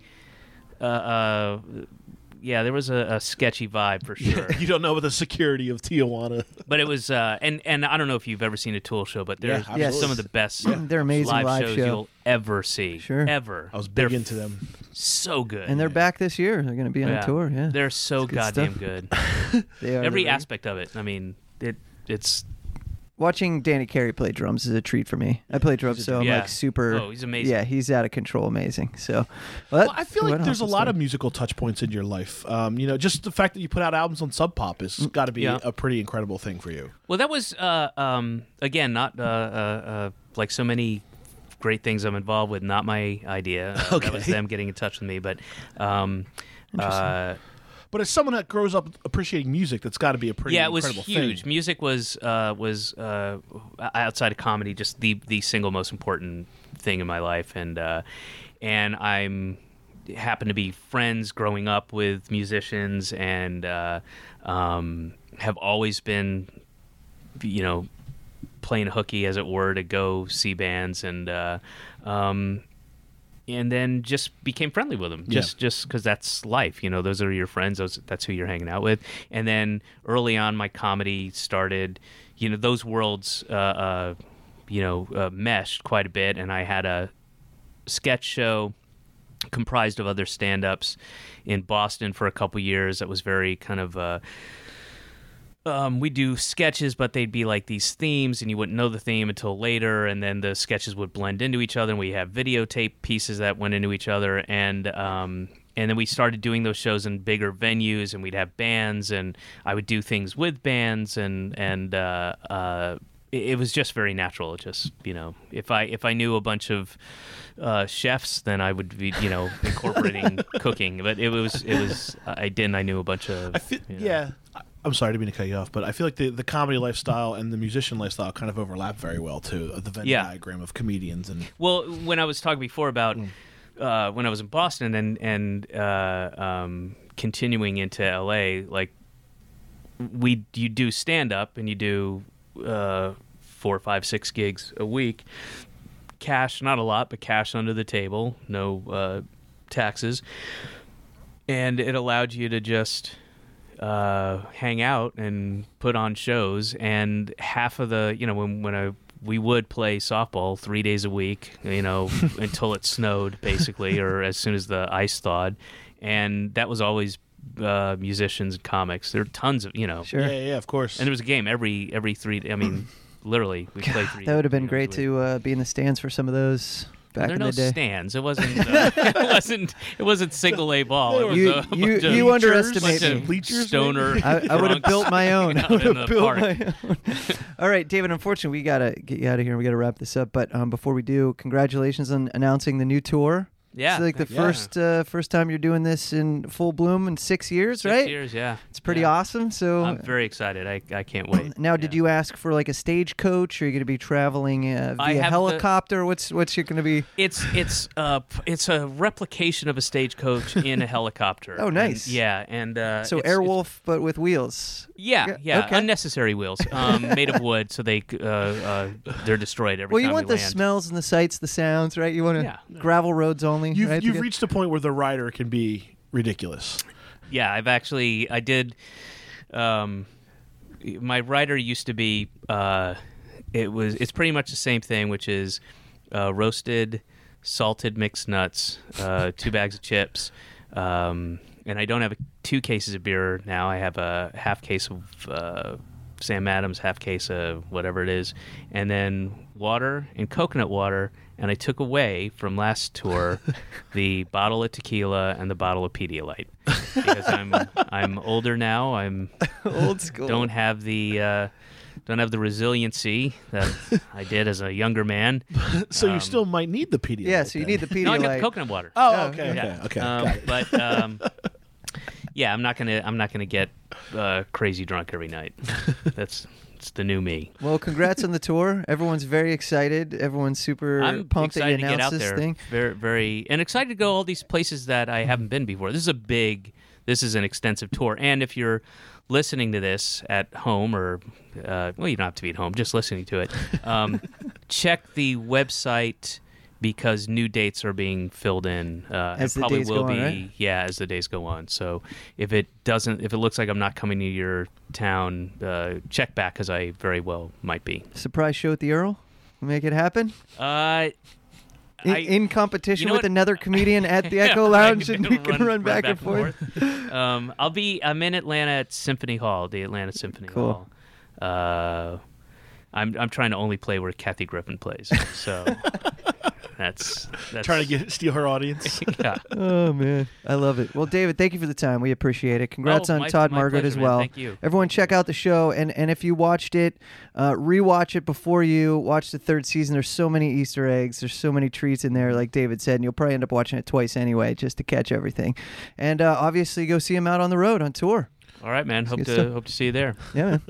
Speaker 6: Uh, uh, yeah, there was a, a sketchy vibe for sure,
Speaker 3: you don't know about the security of Tijuana.
Speaker 6: but it was, uh, and and I don't know if you've ever seen a Tool show, but they're
Speaker 3: Yeah,
Speaker 2: Yes.
Speaker 6: some of the best.
Speaker 2: They're amazing
Speaker 6: live,
Speaker 2: live
Speaker 6: shows
Speaker 2: show.
Speaker 6: you'll ever see,
Speaker 2: Sure.
Speaker 6: ever.
Speaker 3: I was
Speaker 6: They're
Speaker 3: big into them.
Speaker 6: so good,
Speaker 2: And they're back this year. They're going to be on
Speaker 6: Yeah.
Speaker 2: tour. Yeah,
Speaker 6: They're so
Speaker 2: good
Speaker 6: goddamn
Speaker 2: stuff.
Speaker 6: good.
Speaker 2: They are
Speaker 6: Every
Speaker 2: they're-
Speaker 6: aspect of it. I mean, it it's
Speaker 2: Watching Danny Carey play drums is a treat for me. I play drums, so I'm
Speaker 6: yeah.
Speaker 2: like super.
Speaker 6: Oh, he's amazing.
Speaker 2: Yeah, he's out of control, amazing. So,
Speaker 3: Well, I feel like there's a lot of musical touch points in your life. Um, you know, just the fact that you put out albums on Sub Pop has got to be
Speaker 6: Yeah.
Speaker 3: a pretty incredible thing for you.
Speaker 6: well. That was uh, um, again not uh, uh, uh, like so many great things I'm involved with. Not my idea. Uh, That was
Speaker 3: Okay.
Speaker 6: them getting in touch with me, but. Um, uh,
Speaker 3: But as someone that grows up appreciating music, that's got to be a pretty
Speaker 6: yeah, it was
Speaker 3: incredible
Speaker 6: huge.
Speaker 3: thing.
Speaker 6: Music was uh, was uh, outside of comedy, just the the single most important thing in my life, and uh, and I'm happen to be friends growing up with musicians, and uh, um, have always been, you know, playing hooky as it were to go see bands and. Uh, um, and then just became friendly with them just just because that's life you know those are your friends those that's who you're hanging out with and then early on my comedy started you know those worlds uh, uh you know uh, meshed quite a bit and i had a sketch show comprised of other stand-ups in boston for a couple years that was very kind of uh um, we do sketches, but they'd be like these themes, and you wouldn't know the theme until later, and then the sketches would blend into each other, and we have videotape pieces that went into each other, and um, and then we started doing those shows in bigger venues, and we'd have bands, and I would do things with bands, and and uh, uh, it, it was just very natural. It just you know, if I if I knew a bunch of uh, chefs, then I would be you know incorporating cooking, but it was it was I didn't. I knew a bunch of
Speaker 3: I feel,
Speaker 6: you know.
Speaker 3: yeah. I- I'm sorry to mean to cut you off, but I feel like the, the comedy lifestyle and the musician lifestyle kind of overlap very well too. The Venn
Speaker 6: Yeah.
Speaker 3: diagram of comedians and
Speaker 6: Well, when I was talking before about uh, when I was in Boston and and uh, um, continuing into L.A., like we you do stand up and you do uh, four, five, six gigs a week. Cash, not a lot, but cash under the table, no uh, taxes, and it allowed you to just uh, hang out and put on shows. And half of the, you know, when when I we would play softball three days a week, you know, until it snowed, basically, or as soon as the ice thawed, and that was always uh, musicians and comics. There are tons of, you know,
Speaker 2: Sure.
Speaker 3: yeah, yeah, of course.
Speaker 6: and there was a game every every three. I mean, literally, we played three.
Speaker 2: That would have been
Speaker 6: games a
Speaker 2: great
Speaker 6: week.
Speaker 2: to uh, be in the stands for some of those back
Speaker 6: There are
Speaker 2: in
Speaker 6: no
Speaker 2: the day.
Speaker 6: stands. It wasn't. Uh, it wasn't. It wasn't single A ball. It was
Speaker 2: You-
Speaker 6: a bunch
Speaker 2: you-
Speaker 6: of
Speaker 2: you
Speaker 6: bunch
Speaker 2: underestimate me.
Speaker 6: of
Speaker 3: bleachers,
Speaker 6: stoner.
Speaker 2: I, I would have
Speaker 6: drunks
Speaker 2: built my own. I
Speaker 6: out
Speaker 2: would
Speaker 6: in
Speaker 2: have
Speaker 6: the
Speaker 2: built
Speaker 6: park.
Speaker 2: my own. All right, David. Unfortunately, we gotta get you out of here. We gotta wrap this up. But um, before we do, congratulations on announcing the new tour.
Speaker 6: Yeah.
Speaker 2: It's like the
Speaker 6: Yeah.
Speaker 2: first uh, first time you're doing this in full bloom in six years,
Speaker 6: Six
Speaker 2: right?
Speaker 6: years, yeah.
Speaker 2: It's pretty
Speaker 6: Yeah.
Speaker 2: awesome. So
Speaker 6: I'm very excited. I, I can't wait.
Speaker 2: now, did you ask for like a stagecoach? Or are you going to be traveling uh,
Speaker 6: I
Speaker 2: via
Speaker 6: have the-
Speaker 2: helicopter? What's what's you going to be?
Speaker 6: It's it's uh p- it's a replication of a stagecoach in a helicopter.
Speaker 2: Oh, nice.
Speaker 6: And- yeah, and uh,
Speaker 2: So
Speaker 6: it's- it's-
Speaker 2: Airwolf, but with wheels.
Speaker 6: yeah, yeah,
Speaker 2: okay.
Speaker 6: unnecessary wheels um, made of wood, so they uh, uh, they're destroyed every
Speaker 2: Well,
Speaker 6: time
Speaker 2: you want
Speaker 6: we
Speaker 2: the
Speaker 6: land.
Speaker 2: smells and the sights, the sounds, right? You want to
Speaker 6: Yeah.
Speaker 2: gravel roads only.
Speaker 3: You've,
Speaker 2: right?
Speaker 3: you've
Speaker 2: Because-
Speaker 3: reached a point where the rider can be ridiculous.
Speaker 6: Yeah, I've actually I did. Um, my rider used to be. Uh, it was. It's pretty much the same thing, which is uh, roasted, salted mixed nuts, uh, two bags of chips, um, and I don't have two cases of beer now. I have a half case of uh, Sam Adams, half case of whatever it is, and then water and coconut water. And I took away from last tour the bottle of tequila and the bottle of Pedialyte because I'm I'm older now. I'm
Speaker 2: old school.
Speaker 6: don't have the uh, don't have the resiliency that I did as a younger man.
Speaker 3: So you still might need the Pedialyte.
Speaker 2: Um, yeah, so you
Speaker 3: then.
Speaker 2: need the Pedialyte.
Speaker 6: No, I got the coconut water.
Speaker 3: Oh, okay,
Speaker 6: Yeah.
Speaker 3: okay, okay.
Speaker 6: Um,
Speaker 3: got it.
Speaker 6: but um, yeah, I'm not gonna I'm not gonna get uh, crazy drunk every night. That's it's the new me.
Speaker 2: Well, congrats on the tour. Everyone's very excited. Everyone's super
Speaker 6: I'm
Speaker 2: pumped that you
Speaker 6: excited to get
Speaker 2: announced
Speaker 6: out
Speaker 2: this
Speaker 6: there.
Speaker 2: thing.
Speaker 6: Very, very, and excited to go all these places that I haven't been before. This is a big, this is an extensive tour. And if you're listening to this at home, or uh, well, you don't have to be at home, just listening to it. Um, check the website because new dates are being filled in. Uh,
Speaker 2: As
Speaker 6: and
Speaker 2: the
Speaker 6: probably
Speaker 2: days
Speaker 6: will
Speaker 2: go on,
Speaker 6: be,
Speaker 2: right?
Speaker 6: yeah, as the days go on. So if it doesn't, if it looks like I'm not coming to your town, uh, check back because I very well might be.
Speaker 2: Surprise show at the Earl. Make it happen.
Speaker 6: Uh,
Speaker 2: In,
Speaker 6: I-
Speaker 2: in competition
Speaker 6: you know
Speaker 2: with
Speaker 6: what?
Speaker 2: another comedian at the
Speaker 6: Yeah,
Speaker 2: Echo
Speaker 6: right.
Speaker 2: Lounge, and we can run, back, and forth.
Speaker 6: forth. um, I'll be. I'm in Atlanta at Symphony Hall, the Atlanta Symphony
Speaker 2: Cool.
Speaker 6: Hall. Uh, I'm I'm trying to only play where Kathy Griffin plays, so that's, that's
Speaker 3: Trying to get steal her audience.
Speaker 6: Yeah.
Speaker 2: Oh man, I love it. Well, David, thank you for the time. We appreciate it. Congrats
Speaker 6: Oh,
Speaker 2: on
Speaker 6: my-
Speaker 2: Todd
Speaker 6: my
Speaker 2: Margaret
Speaker 6: pleasure,
Speaker 2: as
Speaker 6: man.
Speaker 2: well.
Speaker 6: Thank you.
Speaker 2: Everyone, check out the show, and and if you watched it, uh, rewatch it before you watch the third season. There's so many Easter eggs. There's so many treats in there, like David said, and you'll probably end up watching it twice anyway, just to catch everything. And uh, obviously, go see him out on the road on tour.
Speaker 6: All right, man. Hope
Speaker 2: Good
Speaker 6: to
Speaker 2: stuff.
Speaker 6: hope to see you there.
Speaker 2: Yeah. man.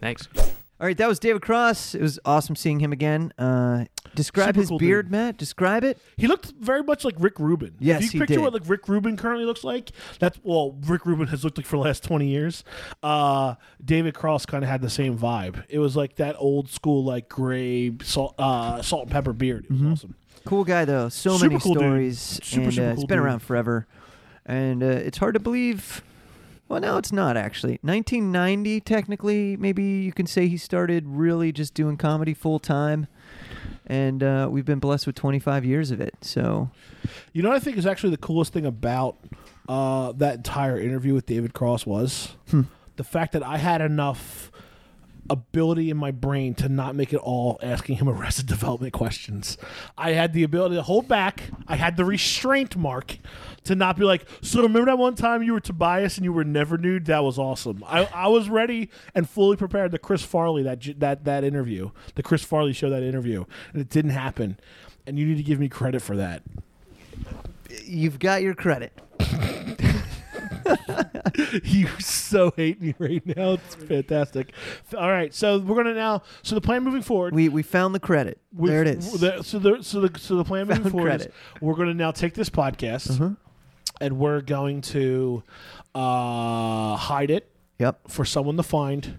Speaker 6: Thanks.
Speaker 2: All right, that was David Cross. It was awesome seeing him again. Uh, describe
Speaker 3: Super
Speaker 2: his
Speaker 3: cool
Speaker 2: beard,
Speaker 3: dude.
Speaker 2: Matt. Describe it.
Speaker 3: He looked very much like Rick Rubin.
Speaker 2: Yes,
Speaker 3: if
Speaker 2: he
Speaker 3: you picture
Speaker 2: did.
Speaker 3: what like Rick Rubin currently looks like, that's well, Rick Rubin has looked like for the last twenty years. Uh, David Cross kind of had the same vibe. It was like that old school like gray salt uh, salt and pepper beard. It
Speaker 2: Mm-hmm.
Speaker 3: was awesome.
Speaker 2: Cool guy though. So
Speaker 3: Super
Speaker 2: many
Speaker 3: cool dude.
Speaker 2: stories.
Speaker 3: Super,
Speaker 2: and,
Speaker 3: super
Speaker 2: uh, It's
Speaker 3: cool
Speaker 2: been
Speaker 3: dude.
Speaker 2: around forever, and uh, it's hard to believe. Well, no, it's not actually. 1990, technically, maybe you can say he started really just doing comedy full time, and uh, we've been blessed with 25 years of it. So
Speaker 3: You know what I think is actually the coolest thing about uh, that entire interview with David Cross was the fact that I had enough ability in my brain to not make it all asking him arrested development questions. I had the ability to hold back. I had the restraint mark to not be like, so remember that one time you were Tobias and you were never nude? That was awesome. I, I was ready and fully prepared to Chris Farley that j- that that interview, the Chris Farley show that interview, and it didn't happen. And you need to give me credit for that.
Speaker 2: you've got your credit.
Speaker 3: You so hate me right now. It's fantastic. All right, so we're gonna now. So the plan moving forward.
Speaker 2: We we found the credit.
Speaker 3: we-
Speaker 2: there it is.
Speaker 3: the- so the so the so the plan moving
Speaker 2: Found
Speaker 3: forward
Speaker 2: credit. Uh-huh.
Speaker 3: is we're gonna now take this podcast and we're going to uh, hide it
Speaker 2: yep.
Speaker 3: for someone to find.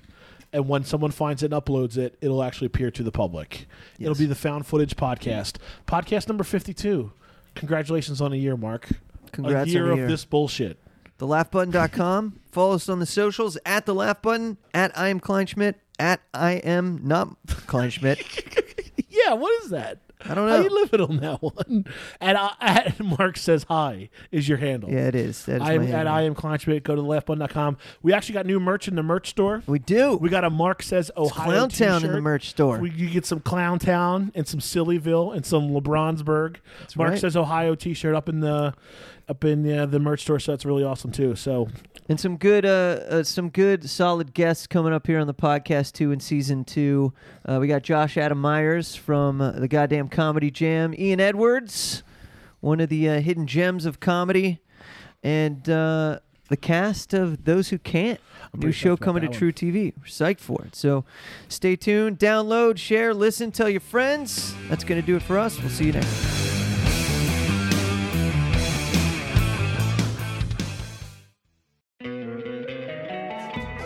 Speaker 3: And when someone finds it and uploads it, it'll actually appear to the public. It'll
Speaker 2: Yes.
Speaker 3: be the Found Footage Podcast. Podcast number 52. Congratulations on a year, Mark.
Speaker 2: Congrats on
Speaker 3: a year
Speaker 2: a
Speaker 3: of
Speaker 2: year.
Speaker 3: this bullshit.
Speaker 2: thelaughbutton.com. Follow us on the socials at the laugh button, at I am Klein Schmidt, at I am not Klein Schmidt.
Speaker 3: Yeah, what is that?
Speaker 2: I don't
Speaker 3: How
Speaker 2: know.
Speaker 3: you living on that one? And I, at Mark says hi is your handle.
Speaker 2: Yeah, it is. That is
Speaker 3: I am
Speaker 2: my
Speaker 3: at
Speaker 2: handle.
Speaker 3: I am Kleinschmidt. Go to leftbutton.com. We actually got new merch in the merch store.
Speaker 2: We do.
Speaker 3: We got a Mark says Ohio
Speaker 2: Clown Town in the
Speaker 3: t-shirt.
Speaker 2: merch store.
Speaker 3: We, you get some Clown Town and some Sillyville and some LeBronsburg. Mark
Speaker 2: right.
Speaker 3: says Ohio T-shirt up in the up in uh, the, the merch store. So that's really awesome too. So
Speaker 2: and some good, uh, uh, some good, solid guests coming up here on the podcast too in season two. Uh, we got Josh Adam Myers from uh, the Goddamn Comedy Jam, Ian Edwards. one of the uh, hidden gems of comedy, and uh, the cast of Those Who Can't. New
Speaker 3: pretty
Speaker 2: show
Speaker 3: psyched about
Speaker 2: coming to
Speaker 3: that one.
Speaker 2: True TV. We're psyched for it. So stay tuned, download, share, listen, tell your friends. That's going to do it for us. We'll see you next.